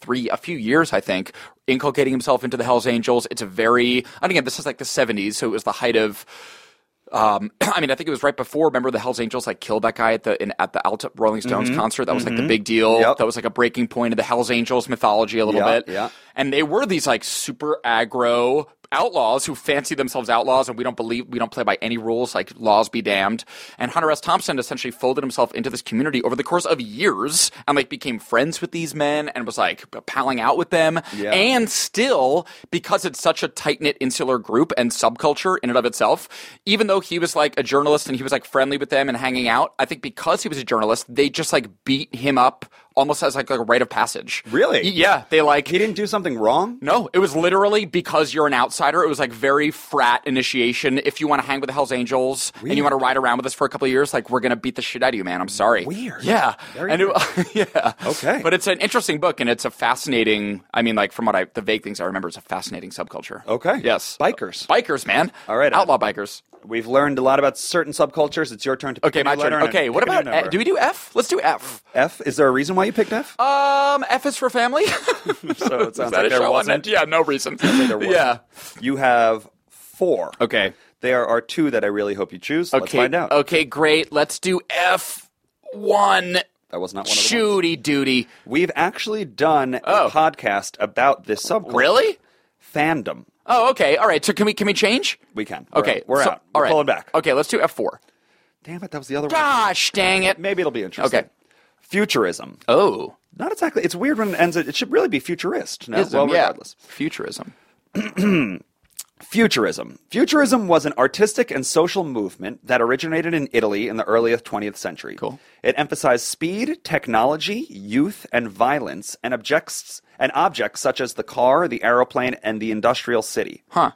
S2: three, a few years, I think, inculcating himself into the Hell's Angels. It's a very, and again, this is like the '70s, so it was the height of. Um, I mean, I think it was right before. Remember, the Hell's Angels like killed that guy at the in, at the Alt- Rolling Stones concert. That was like the big deal.
S3: Mm-hmm. Yep.
S2: That was like a breaking point of the Hell's Angels mythology a little
S3: Yeah,
S2: bit.
S3: yeah.
S2: And they were these like super aggro outlaws who fancy themselves outlaws and we don't believe we don't play by any rules like laws be damned and hunter s thompson essentially folded himself into this community over the course of years and like became friends with these men and was like palling out with them
S3: Yeah.
S2: and still because it's such a tight-knit insular group and subculture in and of itself even though he was like a journalist and he was like friendly with them and hanging out i think because he was a journalist they just like beat him up almost as like a rite of passage
S3: Really?
S2: yeah they like
S3: He didn't do something wrong.
S2: no, it was literally because you're an outsider. It was like very frat initiation. If you want to hang with the Hells Angels and you want to ride around with us for a couple of years, like we're gonna beat the shit out of you, man. I'm sorry.
S3: Weird.
S2: Yeah.
S3: Very
S2: and it- yeah.
S3: Okay.
S2: But it's an interesting book, and it's a fascinating. I mean, like from what I the vague things I remember, it's a fascinating subculture.
S3: Okay.
S2: Yes.
S3: Bikers.
S2: Bikers, man.
S3: All right, uh, Ed.
S2: Outlaw bikers.
S3: We've learned a lot about certain subcultures. It's your turn to pick
S2: Okay,
S3: a new
S2: my
S3: letter
S2: turn.
S3: and
S2: Okay,
S3: pick
S2: what
S3: a new
S2: about uh, E,
S3: number.
S2: do we do F? Let's do F.
S3: F? Is there a reason why you picked F?
S2: Um, F is for family.
S3: so it sounds
S2: Is that
S3: like
S2: a show
S3: there
S2: on
S3: wasn't.
S2: it? Yeah, no reason.
S3: There was
S2: Yeah.
S3: You have four.
S2: Okay.
S3: There are two that I really hope you choose. Let's
S2: Okay. Oh.
S3: find out.
S2: Okay, great. Let's do F one.
S3: That was not one of the ones.
S2: Shooty duty.
S3: We've actually done a
S2: Oh.
S3: podcast about this subculture.
S2: Really?
S3: Fandom.
S2: Oh, okay. All right. So can we can we change?
S3: We can. We're
S2: Okay.
S3: out. We're
S2: so-
S3: out. We're
S2: all right.
S3: pulling back.
S2: Okay. Let's do F four.
S3: Damn it, that was the other one.
S2: Gosh, dang it.
S3: Maybe it'll be interesting.
S2: Okay.
S3: Futurism.
S2: Oh,
S3: Not exactly. It's weird when it ends. It should really be futurist. No,
S2: Ism,
S3: well,
S2: yeah.
S3: regardless.
S2: Futurism.
S3: Futurism. Futurism was an artistic and social movement that originated in Italy in the early 20th century.
S2: Cool.
S3: It emphasized speed, technology, youth, and violence, and objects and objects such as the car, the aeroplane, and the industrial city.
S2: Huh.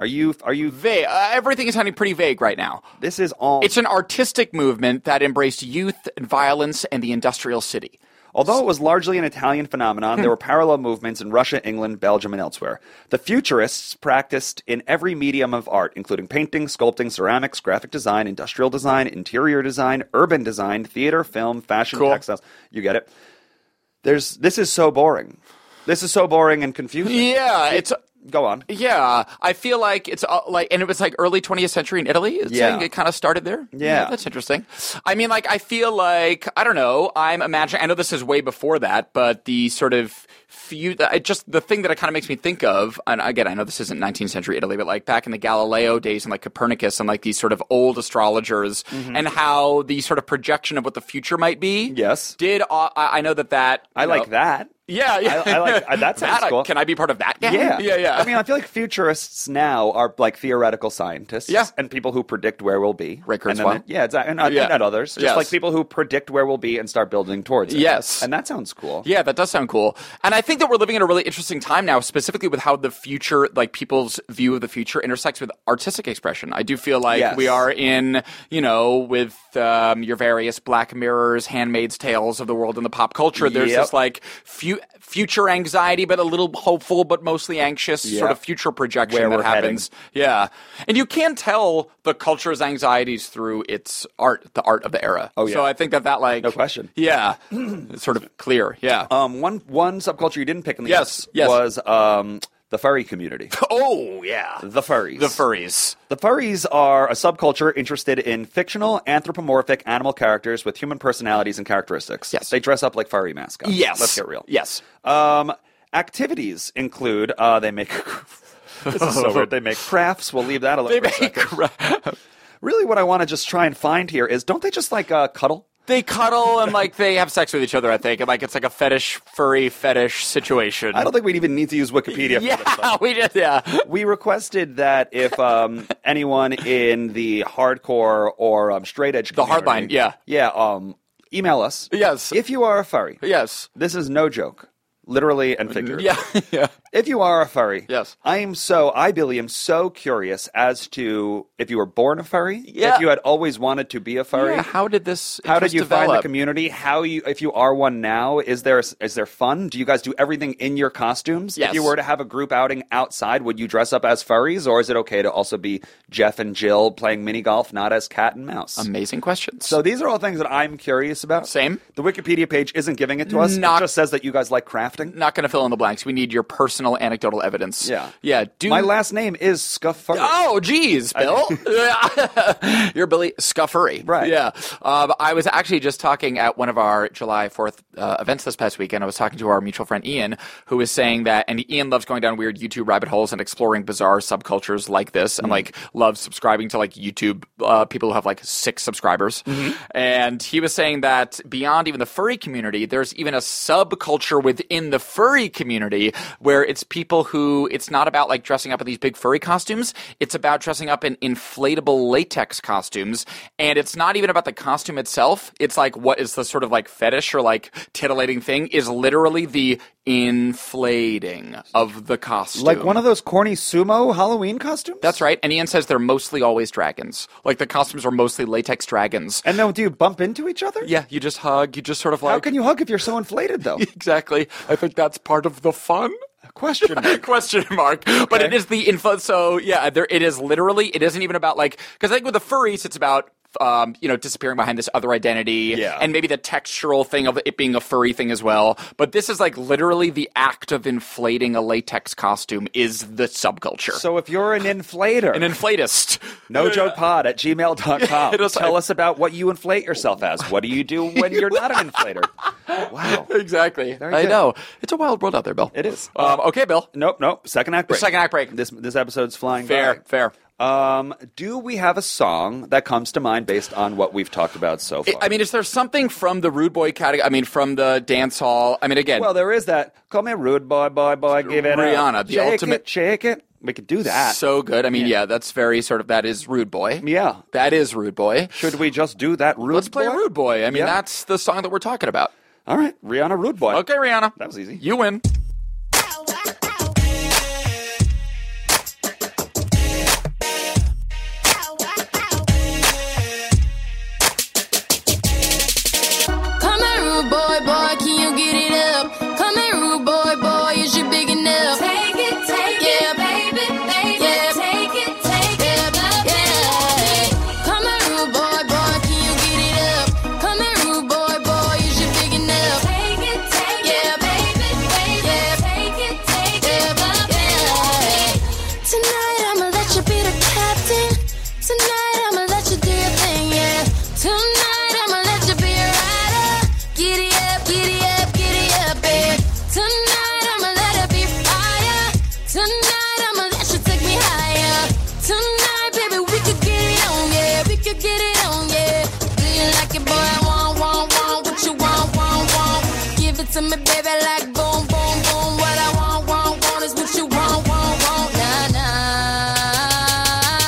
S3: Are you? Are you?
S2: Vague. Uh, everything is sounding pretty vague right now.
S3: This is all.
S2: It's an artistic movement that embraced youth and violence and the industrial city.
S3: Although it was largely an Italian phenomenon,
S2: Hmm.
S3: there were parallel movements in Russia, England, Belgium, and elsewhere. The Futurists practiced in every medium of art, including painting, sculpting, ceramics, graphic design, industrial design, interior design, urban design, theater, film, fashion,
S2: Cool.
S3: textiles. You get it. There's this is so boring. This is so boring and confusing.
S2: Yeah. It's.
S3: Go on.
S2: Yeah, I feel like it's uh, like, and it was like early 20th century in Italy. It's
S3: Yeah.
S2: like it kind of started there.
S3: Yeah.
S2: that's interesting. I mean, like, I feel like I don't know. I'm imagining. I know this is way before that, but the sort of few, I just the thing that it kind of makes me think of. And again, I know this isn't 19th century Italy, but like back in the Galileo days and like Copernicus and like these sort of old astrologers
S3: Mm-hmm.
S2: and how the sort of projection of what the future might be.
S3: Yes.
S2: did uh, I I know that that
S3: I
S2: you
S3: like
S2: know-
S3: that.
S2: Yeah, yeah,
S3: I- I like- uh, that sounds
S2: I-
S3: cool.
S2: Can I be part of that? gang?
S3: Yeah.
S2: yeah, yeah.
S3: I mean, I feel like futurists now are like theoretical scientists
S2: Yeah.
S3: and people who predict where we'll be.
S2: Ray
S3: and
S2: Kurzweil.
S3: then- Yeah, exactly. And, uh,
S2: Yeah.
S3: and others. Just
S2: Yes.
S3: like people who predict where we'll be and start building towards it.
S2: Yes.
S3: And that sounds cool.
S2: Yeah, that does sound cool. And I think that we're living in a really interesting time now, specifically with how the future, like people's view of the future, intersects with artistic expression. I do feel like
S3: Yes.
S2: we are in, you know, with um, your various Black Mirrors, Handmaid's Tales of the world and the pop culture. There's
S3: Yep.
S2: this like, fu- you future anxiety, but a little hopeful, but mostly anxious sort of future projection
S3: Where
S2: that
S3: we're heading.
S2: happens. Yeah, and you can tell the culture's anxieties through its art, the art of the era. Oh
S3: yeah.
S2: So I think that that like
S3: No question.
S2: Yeah, it's sort of clear. Yeah.
S3: Um, one one subculture you didn't pick in the
S2: Yes,
S3: notes
S2: yes.
S3: was um, the furry community.
S2: oh yeah.
S3: The furries.
S2: The furries.
S3: The furries are a subculture interested in fictional, anthropomorphic animal characters with human personalities and characteristics.
S2: Yes.
S3: They dress up like furry mascots.
S2: Yes.
S3: Let's get real.
S2: Yes.
S3: Um, activities include uh, they make. this is so weird. They make crafts. We'll leave that alone.
S2: They
S3: for a
S2: make
S3: second. Really, what I want to just try and find here is don't they just like uh, cuddle?
S2: they cuddle and like they have sex with each other. I think and like it's like a fetish furry fetish situation.
S3: I don't think we'd even need to use Wikipedia. For this.
S2: yeah, we just yeah.
S3: We requested that if um, anyone in the hardcore or um, straight edge,
S2: The hard
S3: community-
S2: line,
S3: yeah, um, email us.
S2: Yes.
S3: if you are a furry,
S2: Yes. Uh,
S3: this is no joke, literally and figuratively.
S2: Yeah. Yeah.
S3: If you are a furry,
S2: Yes.
S3: I am so I Billy am so curious as to if you were born a furry,
S2: Yeah.
S3: if you had always wanted to be a furry,
S2: Yeah, How did this?
S3: how did
S2: interest
S3: you
S2: develop?
S3: find the community? How you if you are one now? Is there is there fun? Do you guys do everything in your costumes?
S2: Yes.
S3: If you were to have a group outing outside, would you dress up as furries, or is it okay to also be Jeff and Jill playing mini golf, not as cat and mouse?
S2: Amazing questions.
S3: so these are all things that I'm curious about.
S2: Same.
S3: The Wikipedia page isn't giving it to us.
S2: Not-
S3: it just says that you guys like crafting.
S2: not going to fill in the blanks. We need your personal anecdotal evidence.
S3: Yeah.
S2: Yeah. Do
S3: My last name is Scuffurry.
S2: Oh, geez, Bill. You're Billy Scuffery.
S3: Right.
S2: Yeah. Um, I was actually just talking at one of our July 4th uh, events this past weekend. I was talking to our mutual friend Ian, who was saying that, and Ian loves going down weird YouTube rabbit holes and exploring bizarre subcultures like this, and like loves subscribing to like YouTube uh, people who have like six subscribers. And he was saying that beyond even the furry community, there's even a subculture within the furry community where it's people who it's not about like dressing up in these big furry costumes. It's about dressing up in inflatable latex costumes. And it's not even about the costume itself. It's like what is the sort of like fetish or like titillating thing is literally the inflating of the costume.
S3: Like one of those corny sumo Halloween costumes?
S2: That's right. And Ian says they're mostly always dragons. Like the costumes are mostly latex dragons.
S3: And then do you bump into each other?
S2: Yeah, you just hug. You just sort of like.
S3: How can you hug if you're so inflated, though?
S2: Exactly. I think that's part of the fun.
S3: Question. mark.
S2: Question mark. But it is the info. So yeah, there it is. Literally, it isn't even about like because I think with the furries, it's about. Um, you know, disappearing behind this other identity,
S3: Yeah.
S2: and maybe the textural thing of it being a furry thing as well. But this is like literally the act of inflating a latex costume is the subculture.
S3: So if you're an inflator,
S2: An inflatist.
S3: nojokepod at gmail.com,
S2: It is-
S3: tell us about what you inflate yourself as. What do you do when you're not an inflator? Wow.
S2: Exactly. I
S3: good.
S2: know it's a wild world out there, Bill.
S3: It is.
S2: Um, okay, Bill.
S3: Nope, nope. Second act break.
S2: Second act break.
S3: This this episode's flying
S2: Fair,
S3: by.
S2: fair.
S3: Um, do we have a song that comes to mind based on what we've talked about so far?
S2: I mean, is there something from the rude boy category? I mean, from the dance hall. I mean, again,
S3: Well, there is that. Call me rude, boy, boy, boy. Give it
S2: Rihanna,
S3: up.
S2: the
S3: shake
S2: ultimate-
S3: It, shake it. We could do that.
S2: so good. I mean, yeah. that's very sort of that is rude boy.
S3: Yeah.
S2: that is rude boy.
S3: Should we just do that? Rude
S2: Let's play
S3: boy?
S2: rude boy. I mean,
S3: Yeah.
S2: that's the song that we're talking about.
S3: all right. Rihanna, rude boy.
S2: Okay, Rihanna,
S3: That was easy.
S2: You win.
S4: Come here, rude boy, boy, can you get it up? Come here, rude boy, boy, is you big enough? Take it, take it, baby, baby, take it, take it, baby. Come here, rude boy, boy, can you get it up? Come here, rude boy, boy, is you big enough? Take it, take it, baby, baby, take it, take it, baby. Tonight I'ma let you be the captain. Tonight I'ma let you do your thing, yeah. Tonight I'ma let you be a rider. Giddy up, giddy up, giddy up, babe. Tonight I'ma let it be fire. Tonight I'ma let you take me higher. Tonight, baby, we could get it on, yeah. We could get it on, yeah. Do you like it, boy? Want, want, want what you want, want, want. Give it to me, baby, like boom, boom, boom. What I want, want, want is what you want, want, want. Nah, nah.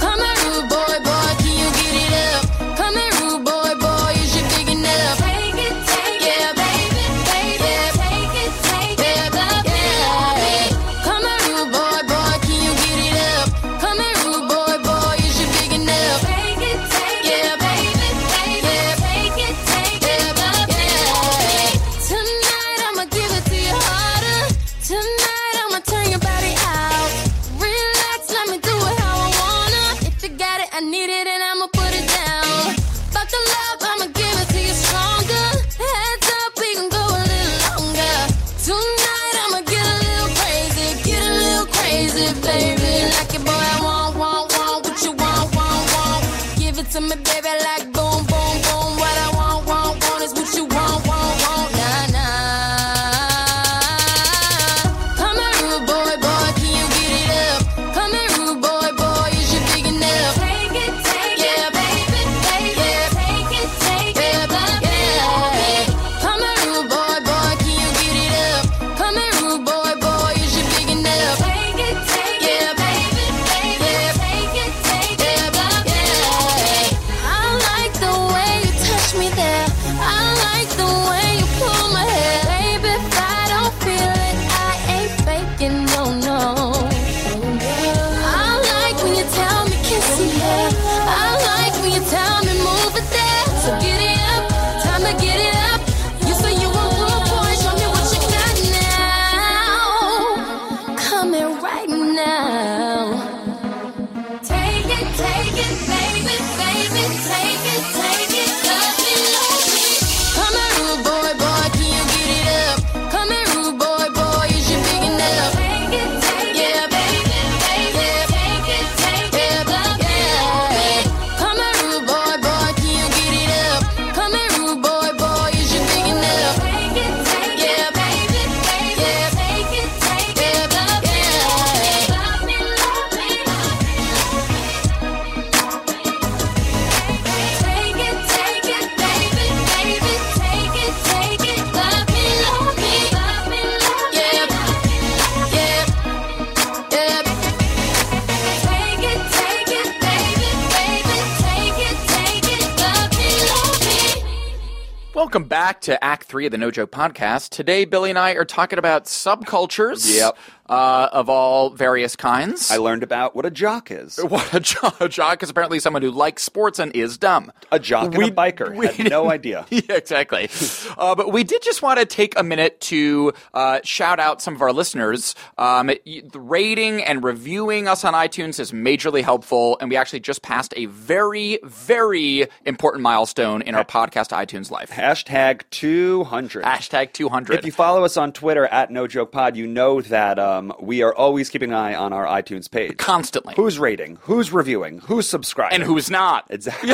S4: Come here, rude boy, boy, can you get it up? Come here, rude boy, boy, is you big enough? Take it, take it, baby, baby, take it, take it, baby. Come here, rude boy, boy, can you get it up? Come here, rude boy, boy, is you big enough? Take it, take it, baby, baby, take it, take it, baby. Tonight it, baby. Like it, boy, I want, want, want what you want, want, want. Give it to me, baby, like boom, boom, boom. What I want, want, want is what you want, want, want. Nah, nah. Come here, rude boy, boy, can you get it up? Come here, rude boy, boy, is you big enough? Take it, take yeah, it, baby, take yeah, it, take it, take yeah, it, yeah. Come here, rude boy, boy, can you get it up? Come here, rude boy, boy, is you big enough? Take it, take yeah, it, baby, baby, yeah, take it, take yeah, it, blah, yeah. I like the way you touch me there. I like the way you pull my hair, baby. If I don't feel it, I ain't faking, no, no. I like when you tell me kiss me here. I like when you tell me move it there. So get it up, time to get it up. You say you a good boy, show me what you got now. Come here right now. Take it, take it, baby, baby, take it, take it, nothing like me. Come here, rude boy, boy, can you get it up? Come here, rude boy, boy, is you big enough? Take it, take yeah, it, baby, baby, yeah, take it, take yeah, it, blah, yeah. Come here, rude boy, boy, can you get it up? Come here, rude boy, boy, is you big enough? Take it, take yeah, it, baby, baby, yeah, take it, take it, blah, yeah. Love me, love me, love me. Take it, take it, baby, baby, take it, take it, love me, love me, love me, love me, yeah, yeah, Take it, take it, baby, baby, take it, take it, love me, love me.
S2: Welcome back to Act Three of the No Joke Podcast. Today, Billy and I are talking about subcultures
S3: Yep.
S2: uh, of all various kinds.
S3: I learned about what a jock is.
S2: what a jo- a jock is apparently someone who likes sports and is dumb.
S3: A jock and
S2: We-
S3: a biker.
S2: we
S3: Had no idea.
S2: yeah, exactly. Uh, but we did just want to take a minute to uh, shout out some of our listeners. Um, y- the rating and reviewing us on iTunes is majorly helpful, and we actually just passed a very, very important milestone in our podcast iTunes life.
S3: Hashtag 200.
S2: Hashtag 200.
S3: If you follow us on Twitter at No Joke Pod, you know that um, we are always keeping an eye on our iTunes page.
S2: Constantly.
S3: Who's rating? Who's reviewing? Who's subscribing?
S2: and who's not?
S3: Exactly.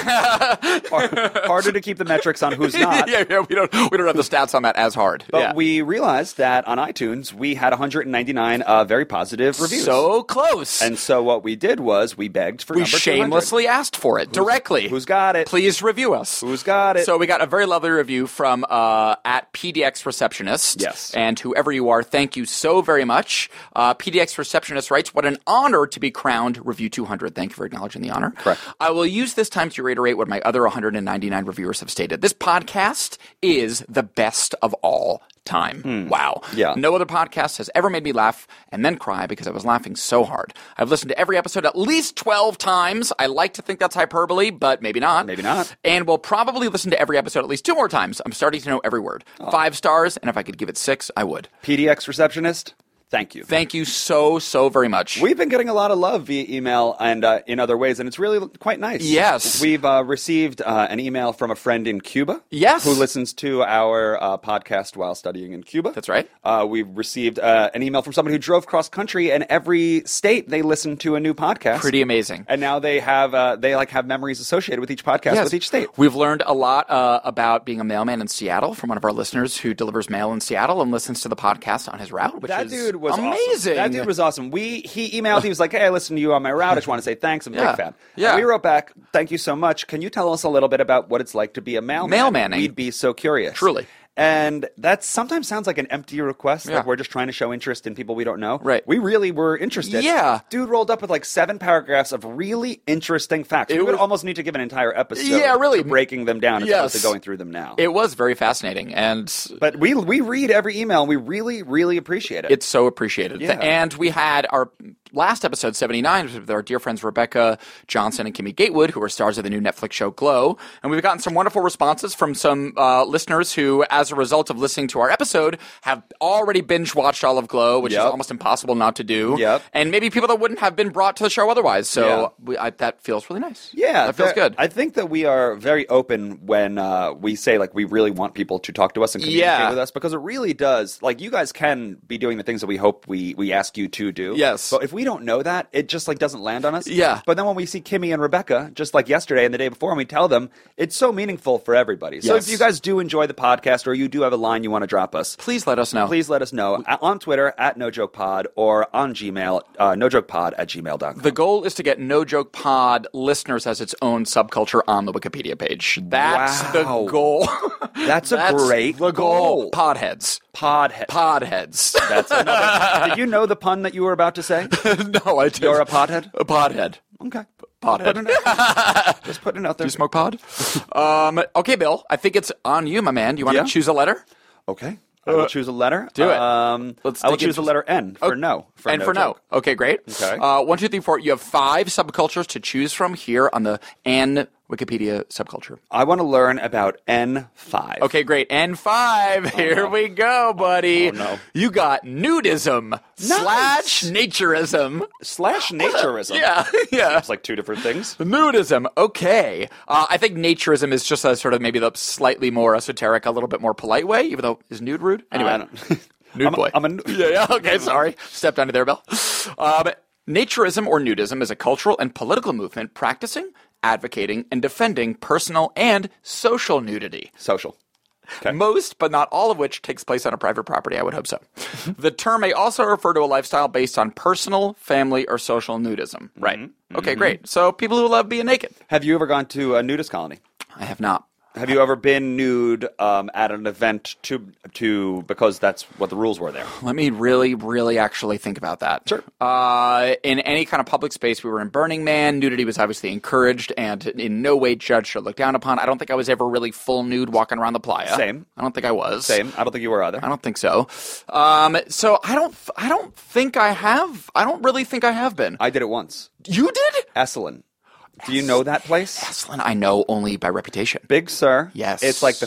S3: Har- harder to keep the metrics on who's not.
S2: yeah, yeah, we don't we don't have the stats on that as hard.
S3: But
S2: yeah.
S3: we realized that on iTunes we had 199 uh, very positive reviews.
S2: so close.
S3: and so what we did was we begged for
S2: we
S3: number 200.
S2: shamelessly asked for it directly.
S3: Who's got it?
S2: Please review us.
S3: Who's got it?
S2: So we got a very lovely review from uh, at PDX Receptionist.
S3: Yes.
S2: And whoever you are, thank you so very much. Uh, PDX Receptionist writes, "What an honor to be crowned Review 200. Thank you for acknowledging the honor.
S3: Correct.
S2: I will use this time to reiterate what my other 199 reviewers have stated. This podcast is the best of all." Time. Wow.
S3: Hmm. Yeah.
S2: No other podcast has ever made me laugh and then cry because I was laughing so hard. I've listened to every episode at least 12 times. I like to think that's hyperbole, but maybe not.
S3: Maybe not.
S2: And will probably listen to every episode at least two more times. I'm starting to know every word. Five stars, and if I could give it six, I would.
S3: PDX receptionist. Thank you.
S2: Thank you so, so very much.
S3: We've been getting a lot of love via email and uh, in other ways, and it's really quite nice.
S2: Yes.
S3: We've uh, received uh, an email from a friend in Cuba.
S2: Yes.
S3: Who listens to our uh, podcast while studying in Cuba.
S2: That's right.
S3: Uh, we've received uh, an email from someone who drove cross country, and every state they listened to a new podcast.
S2: Pretty amazing.
S3: And now they have uh, they like have memories associated with each podcast
S2: Yes.
S3: with each state.
S2: We've learned a lot uh, about being a mailman in Seattle from one of our listeners who delivers mail in Seattle and listens to the podcast on his route, which
S3: That
S2: is
S3: dude was awesome.
S2: amazing.
S3: That dude was awesome. We he emailed. He was like, "Hey, I listened to you on my route. I just want to say thanks. I'm a
S2: Yeah.
S3: big fan."
S2: Yeah.
S3: And we wrote back, "Thank you so much. Can you tell us a little bit about what it's like to be a mailman?
S2: Mailmanning.
S3: We'd be so curious.
S2: Truly.
S3: And that sometimes sounds like an empty request,
S2: Yeah.
S3: like we're just trying to show interest in people we don't know.
S2: Right.
S3: We really were interested.
S2: Yeah.
S3: Dude rolled up with like seven paragraphs of really interesting facts.
S2: It
S3: we would
S2: was-
S3: almost need to give an entire episode.
S2: Yeah, really.
S3: to breaking them down as opposed
S2: Yes.
S3: to going through them now.
S2: It was very fascinating, and
S3: but we we read every email and we really really appreciate it.
S2: It's so appreciated.
S3: Yeah.
S2: And we had our last episode, 79, was with our dear friends Rebecca Johnson and Kimmy Gatewood, who are stars of the new Netflix show Glow. And we've gotten some wonderful responses from some uh, listeners who, as a result of listening to our episode, have already binge watched all of Glow, which
S3: Yep.
S2: is almost impossible not to do.
S3: Yep.
S2: And maybe people that wouldn't have been brought to the show otherwise. So
S3: Yeah.
S2: we, I, that feels really nice.
S3: Yeah,
S2: That feels
S3: there-
S2: good.
S3: I think that we are very open when uh, we say like we really want people to talk to us and communicate
S2: Yeah.
S3: with us because it really does. Like you guys can be doing the things that we hope we we ask you to do.
S2: Yes.
S3: but if we don't know that, it just like doesn't land on us.
S2: Yeah.
S3: But then when we see Kimmy and Rebecca, just like yesterday and the day before, and we tell them, it's so meaningful for everybody. So
S2: Yes.
S3: if you guys do enjoy the podcast or you do have a line you want to drop us,
S2: Please let us know.
S3: please let us know at- on Twitter at NoJokePod or on Gmail, uh, NoJokePod at gmail.com.
S2: The goal is to get No Joke Pod listeners as its own subculture on the Wikipedia page. That's
S3: Wow.
S2: the goal.
S3: That's a great
S2: the goal.
S3: goal.
S2: Podheads.
S3: Pod.
S2: Podheads.
S3: That's another. Did you know the pun that you were about to say?
S2: no, I did.
S3: You're a podhead?
S2: A podhead.
S3: Okay.
S2: Podhead.
S3: Just putting it out there.
S2: You smoke pod? um, okay, Bill. I think it's on you, my man. Do you want
S3: Yeah.
S2: to choose a letter?
S3: Okay. I will choose a letter.
S2: do it.
S3: Um,
S2: Let's
S3: I will
S2: dig
S3: choose
S2: into-
S3: the letter N for no. For
S2: Oh, and
S3: no
S2: for
S3: joke.
S2: no. Okay, great.
S3: Okay.
S2: Uh, one, two, three, four. You have five subcultures to choose from here on the N Wikipedia subculture.
S3: I want to learn about N5.
S2: Okay, great. N5. Here we go, buddy.
S3: Oh, no.
S2: You got nudism slash naturism.
S3: Slash naturism.
S2: Yeah, yeah.
S3: It's like two different things.
S2: Nudism. Okay. Uh, I think naturism is just a sort of maybe the slightly more esoteric, a little bit more polite way, even though is nude rude? Anyway.
S3: I don't-
S2: Nude
S3: I'm a-
S2: boy.
S3: I'm a nu-
S2: yeah, yeah. Okay, sorry. Stepped onto their bell. Um, naturism or nudism is a cultural and political movement practicing, advocating, and defending personal and social nudity.
S3: Social. Okay.
S2: Most, but not all of which takes place on a private property, I would hope so.
S3: Mm-hmm.
S2: the term may also refer to a lifestyle based on personal, family, or social nudism.
S3: Mm-hmm.
S2: Right. Okay, great. So people who love being naked.
S3: Have you ever gone to a nudist colony?
S2: I have not.
S3: Have you ever been nude um, at an event to to because that's what the rules were there?
S2: Let me really, really actually think about that.
S3: Sure.
S2: Uh, in any kind of public space, we were in Burning Man. Nudity was obviously encouraged and in no way judged or looked down upon. I don't think I was ever really full nude walking around the playa.
S3: Same.
S2: I don't think I was.
S3: Same. I don't think you were either.
S2: I don't think so. Um, so I don't. I don't think I have. I don't really think I have been.
S3: I did it once.
S2: You did?
S3: Esalen. Do you know that place?
S2: Esalen, I know only by reputation.
S3: Big Sur.
S2: Yes.
S3: It's like the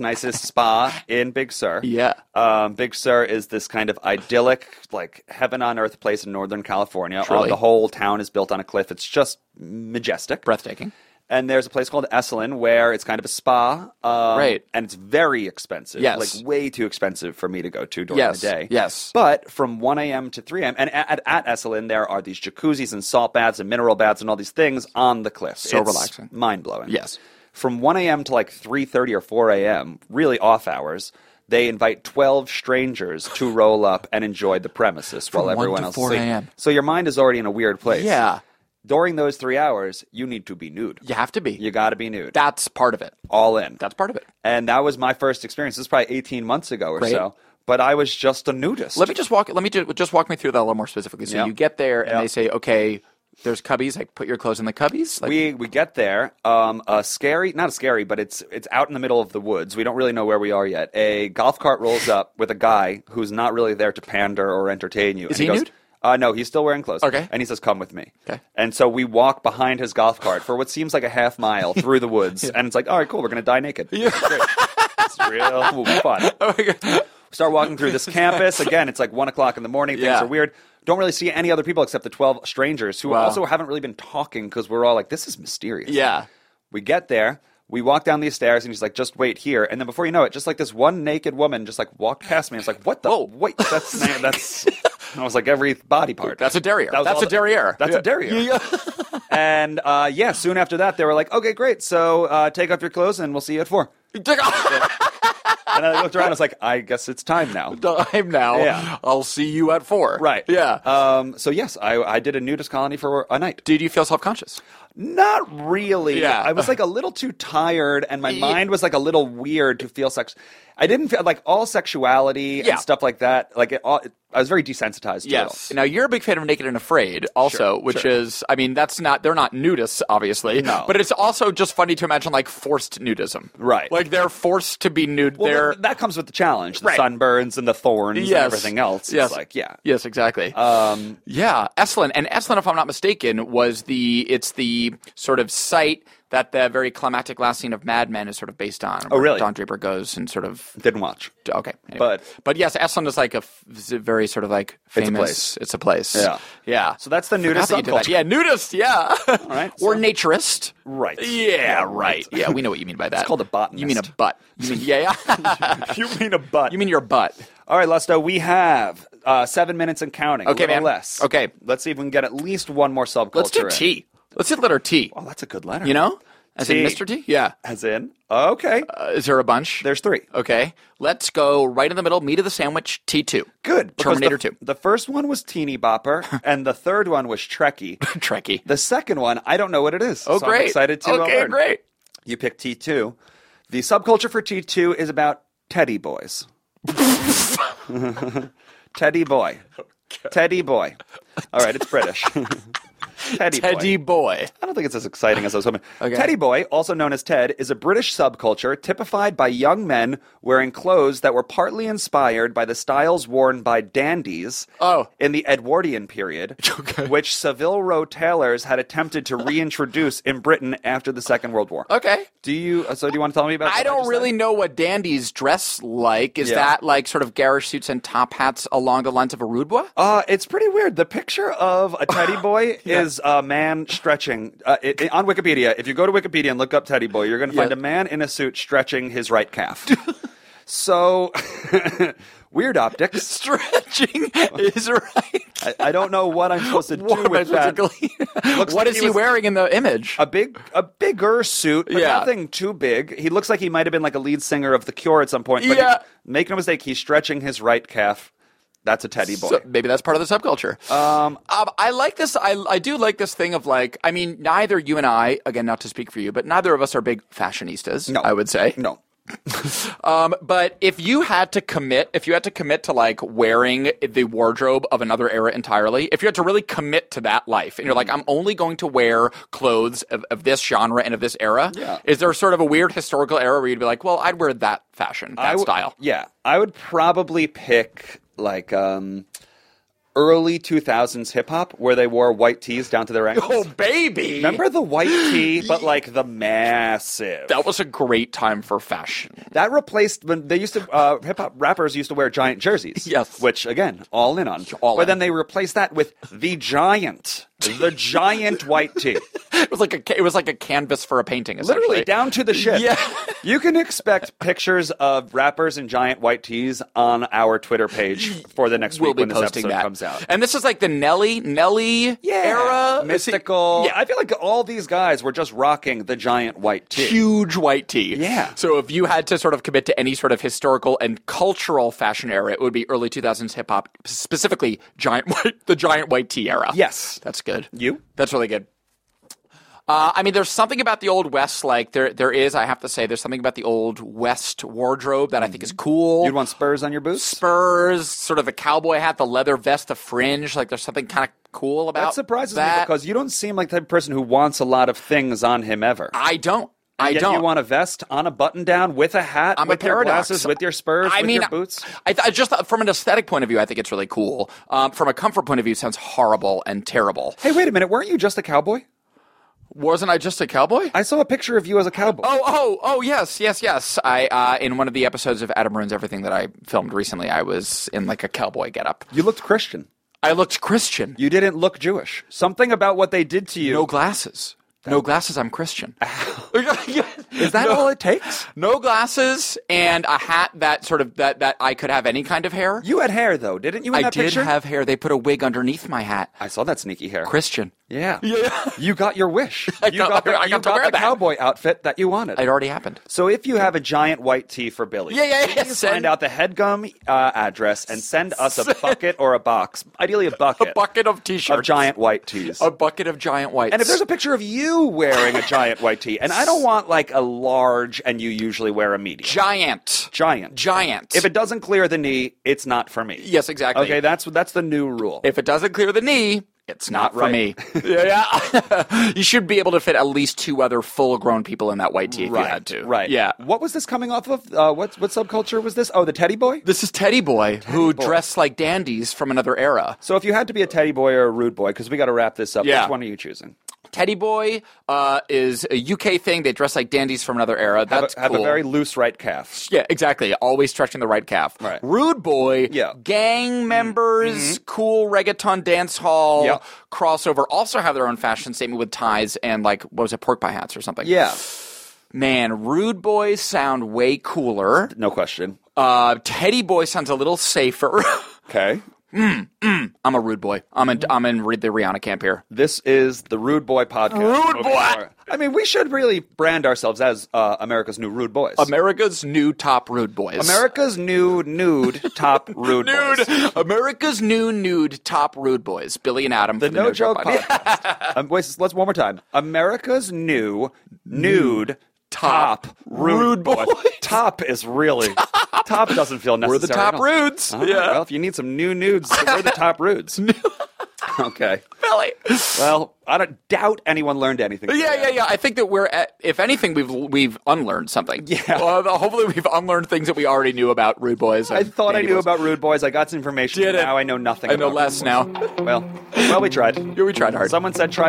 S3: nicest spa in Big Sur.
S2: Yeah.
S3: Um, Big Sur is this kind of idyllic, like heaven on earth place in Northern California. Uh,
S2: Truly.
S3: the whole town is built on a cliff. It's just majestic.
S2: Breathtaking.
S3: And there's a place called Esalen where it's kind of a spa. Um,
S2: Right.
S3: And it's very expensive.
S2: Yes.
S3: Like way too expensive for me to go to during
S2: Yes,
S3: the day.
S2: yes.
S3: But from 1 a.m. to 3 a.m. and at, at Esalen, there are these jacuzzis and salt baths and mineral baths and all these things on the cliff.
S2: So
S3: It's
S2: relaxing.
S3: Mind blowing.
S2: Yes.
S3: From 1 a.m. to like 3.30 or 4 a.m., really off hours, they invite 12 strangers to roll up and enjoy the premises while
S2: 1
S3: everyone
S2: to
S3: else
S2: 4
S3: is asleep.
S2: a.m..
S3: So your mind is already in a weird place.
S2: Yeah.
S3: During those three hours, you need to be nude.
S2: You have to be.
S3: You got to be nude.
S2: That's part of it.
S3: all in.
S2: That's part of it.
S3: and that was my first experience. This was probably 18 months ago or
S2: Right.
S3: so. But I was just a nudist.
S2: Let me just walk. Let me ju- just walk me through that a little more specifically. So
S3: Yeah.
S2: you get there and
S3: Yeah.
S2: they say, "Okay, there's cubbies. Like, put your clothes in the cubbies." Like,
S3: we we get there. Um, a scary, not a scary, but it's it's out in the middle of the woods. We don't really know where we are yet. A golf cart rolls up with a guy who's not really there to pander or entertain you. Is
S2: he nude?
S3: Uh, no, he's still wearing clothes.
S2: Okay.
S3: and he says, "Come with me."
S2: Okay.
S3: and so we walk behind his golf cart for what seems like a half mile through the woods, and it's like, "All right, cool, we're gonna die naked." Yeah, it's real fun.
S2: Oh
S3: Start walking through this campus again. It's like one o'clock in the morning. Things
S2: Yeah.
S3: are weird. Don't really see any other people except the twelve strangers who
S2: Wow.
S3: also haven't really been talking because we're all like, "This is mysterious."
S2: yeah.
S3: We get there. We walk down these stairs, and he's like, "Just wait here." And then before you know it, just like this one naked woman just like walked past me. It's like, "What the?
S2: Whoa.
S3: Wait, that's man, that's." And I was like, "Every body part."
S2: That's a derriere.
S3: That was
S2: That's
S3: all
S2: a derriere.
S3: That's
S2: Yeah.
S3: a derriere. and uh, yeah, soon after that, they were like, "Okay, great. So uh, take off your clothes, and we'll see you at four. And I looked around. I was like, "I guess it's time now."
S2: Time now.
S3: Yeah.
S2: I'll see you at four.
S3: Right.
S2: Yeah.
S3: Um, so yes, I, I did a nudist colony for a night.
S2: Did you feel self conscious?
S3: Not really.
S2: Yeah.
S3: I was like a little too tired, and my
S2: Ye-
S3: mind was like a little weird to feel sex. I didn't feel like all sexuality
S2: Yeah.
S3: and stuff like that. Like it all, I was very desensitized. To it all.
S2: Now you're a big fan of Naked and Afraid, also,
S3: Sure,
S2: which
S3: sure.
S2: is, I mean, that's not they're not nudists, obviously,
S3: No.
S2: but it's also just funny to imagine like forced nudism,
S3: Right.
S2: Like they're forced to be nude.
S3: Well,
S2: they're
S3: that- that comes with the challenge, the
S2: Right.
S3: sunburns and the thorns
S2: yes,
S3: and everything else.
S2: Yes,
S3: It's like yeah,
S2: yes, exactly.
S3: um,
S2: yeah, Esalen and Esalen, if I'm not mistaken, was the it's the sort of site that the very climactic last scene of Mad Men is sort of based on.
S3: Oh,
S2: where
S3: really?
S2: Don Draper goes and sort of
S3: Didn't watch.
S2: okay, anyway.
S3: But-
S2: but yes, Esalen is like a f- is a very sort of like
S3: It's a
S2: famous.
S3: place.
S2: It's a place.
S3: Yeah.
S2: yeah.
S3: So that's the
S2: Forgot
S3: nudist
S2: that you did that.
S3: subculture.
S2: Yeah, nudist. Yeah,
S3: right,
S2: or
S3: so-
S2: naturist.
S3: Right.
S2: Yeah, right. Yeah, we know what you mean by that. It's
S3: called a botanist.
S2: You mean a butt? You mean, yeah, yeah.
S3: you mean a butt?
S2: you mean your butt?
S3: All right, Lusto, we have uh, seven minutes and counting. a
S2: Okay,
S3: little
S2: man.
S3: Less.
S2: Okay.
S3: Let's see if we can get at least one more subculture.
S2: Let's do
S3: in.
S2: T. Let's hit letter T.
S3: Oh, that's a good letter.
S2: You know, as in
S3: T.
S2: Mr. T. Yeah.
S3: As in, okay,
S2: Uh, is there a bunch?
S3: there's three.
S2: Okay, let's go right in the middle, meat of the sandwich, T2.
S3: Good. because
S2: Terminator
S3: the,
S2: 2.
S3: The first one was Teeny Bopper, and the third one was Trekkie.
S2: Trekkie.
S3: The second one, I don't know what it is.
S2: Oh,
S3: so I'm
S2: great.
S3: excited to uh,
S2: Okay,
S3: learn.
S2: great.
S3: You picked T2. The subculture for T2 is about teddy boys. teddy boy. Teddy boy. All right, it's British. teddy,
S2: Teddy
S3: boy.
S2: boy.
S3: I don't think it's as exciting as I was hoping.
S2: Okay.
S3: Teddy boy, also known as Ted, is a British subculture typified by young men wearing clothes that were partly inspired by the styles worn by dandies
S2: Oh.
S3: in the Edwardian period,
S2: Okay.
S3: which Savile Row tailors had attempted to reintroduce in Britain after the Second World War.
S2: Okay.
S3: Do you? uh, So do you want to tell me about? what
S2: I don't
S3: just
S2: really
S3: said?
S2: know what dandies dress like. Is
S3: Yeah.
S2: that like sort of garish suits and top hats along the lines of a Rudwa?
S3: Uh, it's pretty weird. The picture of a teddy boy is a man stretching. Uh, it, it- on Wikipedia, if you go to Wikipedia and look up teddy boy, you're going to find
S2: Yeah.
S3: a man in a suit stretching his right calf. so weird optics.
S2: Stretching is right.
S3: I, I don't know what I'm supposed to do
S2: What am I
S3: with that.
S2: supposed to glean?
S3: Looks
S2: What is
S3: like he
S2: he
S3: was-
S2: wearing in the image?
S3: A big, a bigger suit, but
S2: Yeah.
S3: nothing too big. He looks like he might have been like a lead singer of The Cure at some point. But
S2: Yeah.
S3: he, make no mistake, he's stretching his right calf. That's a teddy boy.
S2: So maybe that's part of the subculture. Um, I like this. I, I do like this thing of like. I mean, neither you and I, again, not to speak for you, but neither of us are big fashionistas.
S3: No.
S2: I would say
S3: no.
S2: Um, but if you had to commit, if you had to commit to like wearing the wardrobe of another era entirely, if you had to really commit to that life, and you're like,
S3: Mm-hmm.
S2: I'm only going to wear clothes of, of this genre and of this era,
S3: Yeah.
S2: is there sort of a weird historical era where you'd be like, well, I'd wear that fashion, that
S3: I w-
S2: style?
S3: Yeah, I would probably pick like um, early two thousands hip hop where they wore white tees down to their
S2: Oh,
S3: ankles.
S2: baby!
S3: Remember the white tee, but like the massive.
S2: that was a great time for fashion.
S3: That replaced when they used to uh, hip hop rappers used to wear giant jerseys.
S2: Yes.
S3: which again, all in on.
S2: All
S3: but
S2: in.
S3: then they replaced that with the giant, the giant white tee,
S2: It was like a ca- it was like a canvas for a painting, essentially.
S3: literally down to the shit.
S2: Yeah.
S3: you can expect pictures of rappers in giant white tees on our Twitter page for the next
S2: We'll
S3: week
S2: be
S3: when this
S2: posting
S3: episode
S2: that.
S3: comes out.
S2: And this is like the Nelly Nelly era,
S3: mystical.
S2: Yeah,
S3: I feel like all these guys were just rocking the giant white tee.
S2: huge white tee.
S3: Yeah.
S2: So if you had to sort of commit to any sort of historical and cultural fashion era, it would be early 2000s hip hop, specifically giant white, the giant white tee era.
S3: Yes.
S2: That's good.
S3: You?
S2: That's really good. Uh, I mean, there's something about the old West. Like there, there is. I have to say, there's something about the old West wardrobe that I think is cool.
S3: Mm-hmm. You'd want spurs on your boots.
S2: spurs, sort of a cowboy hat, the leather vest, the fringe. Like there's something kind of cool about
S3: that surprises me
S2: that.
S3: because you don't seem like the type of person who wants a lot of things on him ever.
S2: I don't. I
S3: Yet
S2: don't.
S3: You want a vest on a button down with a hat,
S2: I'm
S3: with
S2: a paradox.
S3: your glasses, with your spurs,
S2: I
S3: with
S2: mean,
S3: your boots.
S2: I, I just uh, from an aesthetic point of view, I think it's really cool. Um, from a comfort point of view, it sounds horrible and terrible.
S3: Hey, wait a minute. Weren't you just a cowboy?
S2: Wasn't I just a cowboy?
S3: I saw a picture of you as a cowboy.
S2: Oh, oh, oh, yes, yes, yes. I uh, in one of the episodes of Adam Ruins Everything that I filmed recently, I was in like a cowboy getup.
S3: You looked Christian.
S2: I looked Christian.
S3: You didn't look Jewish. Something about what they did to you.
S2: No glasses. No glasses. I'm Christian.
S3: is that
S2: No.
S3: all it takes?
S2: No glasses and a hat that sort of that that I could have any kind of hair.
S3: You had hair though, didn't you? In
S2: I
S3: that
S2: did
S3: picture?
S2: have hair. They put a wig underneath my hat.
S3: I saw that sneaky hair.
S2: Christian.
S3: Yeah. You got your wish. you
S2: got-
S3: got the,
S2: I got
S3: you
S2: to
S3: got
S2: wear
S3: the
S2: that.
S3: cowboy outfit that you wanted.
S2: It already happened.
S3: so if you have a giant white tee for Billy,
S2: Yeah, yeah, yeah.
S3: please
S2: Send-
S3: find out the headgum uh, address and send us a bucket or a box, ideally a bucket,
S2: A bucket of t-shirts.
S3: of giant white tees.
S2: A bucket of giant whites.
S3: and if there's a picture of you wearing a giant white tee, and I don't want like a large, and you usually wear a medium,
S2: giant,
S3: giant,
S2: giant.
S3: If it doesn't clear the knee, it's not for me.
S2: Yes, exactly.
S3: Okay, that's that's the new rule.
S2: if it doesn't clear the knee, it's not,
S3: Not
S2: for
S3: right.
S2: me. yeah, yeah. you should be able to fit at least two other full-grown people in that white tee if you had to.
S3: Right.
S2: Yeah.
S3: What was this coming off of? Uh, what what subculture was this? Oh, the teddy boy.
S2: This is Teddy Boy, who
S3: Boy.
S2: dressed like dandies from another era.
S3: So if you had to be a teddy boy or a rude boy, because we got to wrap this up,
S2: Yeah.
S3: which one are you choosing?
S2: Teddy Boy uh, is a UK thing. They dress like dandies from another era.
S3: Have,
S2: That's
S3: a, have
S2: cool.
S3: a very loose right calf.
S2: Yeah, exactly. Always stretching the right calf.
S3: Right.
S2: Rude boy.
S3: Yeah. Mm-hmm.
S2: Gang members, cool reggaeton dance hall
S3: Yep.
S2: crossover. Also have their own fashion statement with ties and like what was it, pork pie hats or something.
S3: Yeah,
S2: Man, rude boys sound way cooler.
S3: no question.
S2: Uh, Teddy boy sounds a little safer.
S3: Okay,
S2: I'm a rude boy. I'm in. I'm in the Rihanna camp here.
S3: this is the Rude Boy podcast.
S2: Rude Boy!
S3: I mean, we should really brand ourselves as uh, America's new Rude Boys.
S2: America's new top rude boys.
S3: America's new nude top Rude Boys.
S2: Nude. America's new nude top rude boys. Billy and Adam.
S3: The
S2: from
S3: No, Joke
S2: Podcast.
S3: Podcast. um, wait, let's one more time. America's new nude
S2: Top
S3: top,
S2: Rude
S3: rude, boy.
S2: Boys.
S3: Top is really top doesn't feel necessary.
S2: We're the top
S3: at all.
S2: rudes.
S3: All right,
S2: yeah.
S3: Well, if you need some new nudes, we're the top rudes. okay.
S2: Billy.
S3: Well, I don't doubt anyone learned anything.
S2: Yeah,
S3: today.
S2: yeah, yeah. I think that we're at, if anything, we've we've unlearned something.
S3: Yeah.
S2: Well, hopefully, we've unlearned things that we already knew about Rude Boys.
S3: I
S2: and
S3: thought I
S2: Dandy
S3: knew
S2: Boys.
S3: about rude boys. I got some information.
S2: Did it.
S3: now I know nothing.
S2: I know
S3: about
S2: less
S3: rude
S2: now.
S3: boys. Well, well, we tried.
S2: Yeah, we tried hard.
S3: Someone said try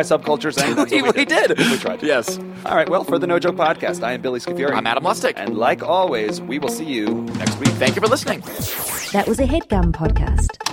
S3: subcultures, and that's
S2: we,
S3: what
S2: we did.
S3: We tried.
S2: Yes.
S3: All right. Well, for the No Joke Podcast, I am Billy Scafuri.
S2: I'm Adam Lustig.
S3: And like always, we will see you next week.
S2: Thank you for listening.
S1: That was a headgum podcast.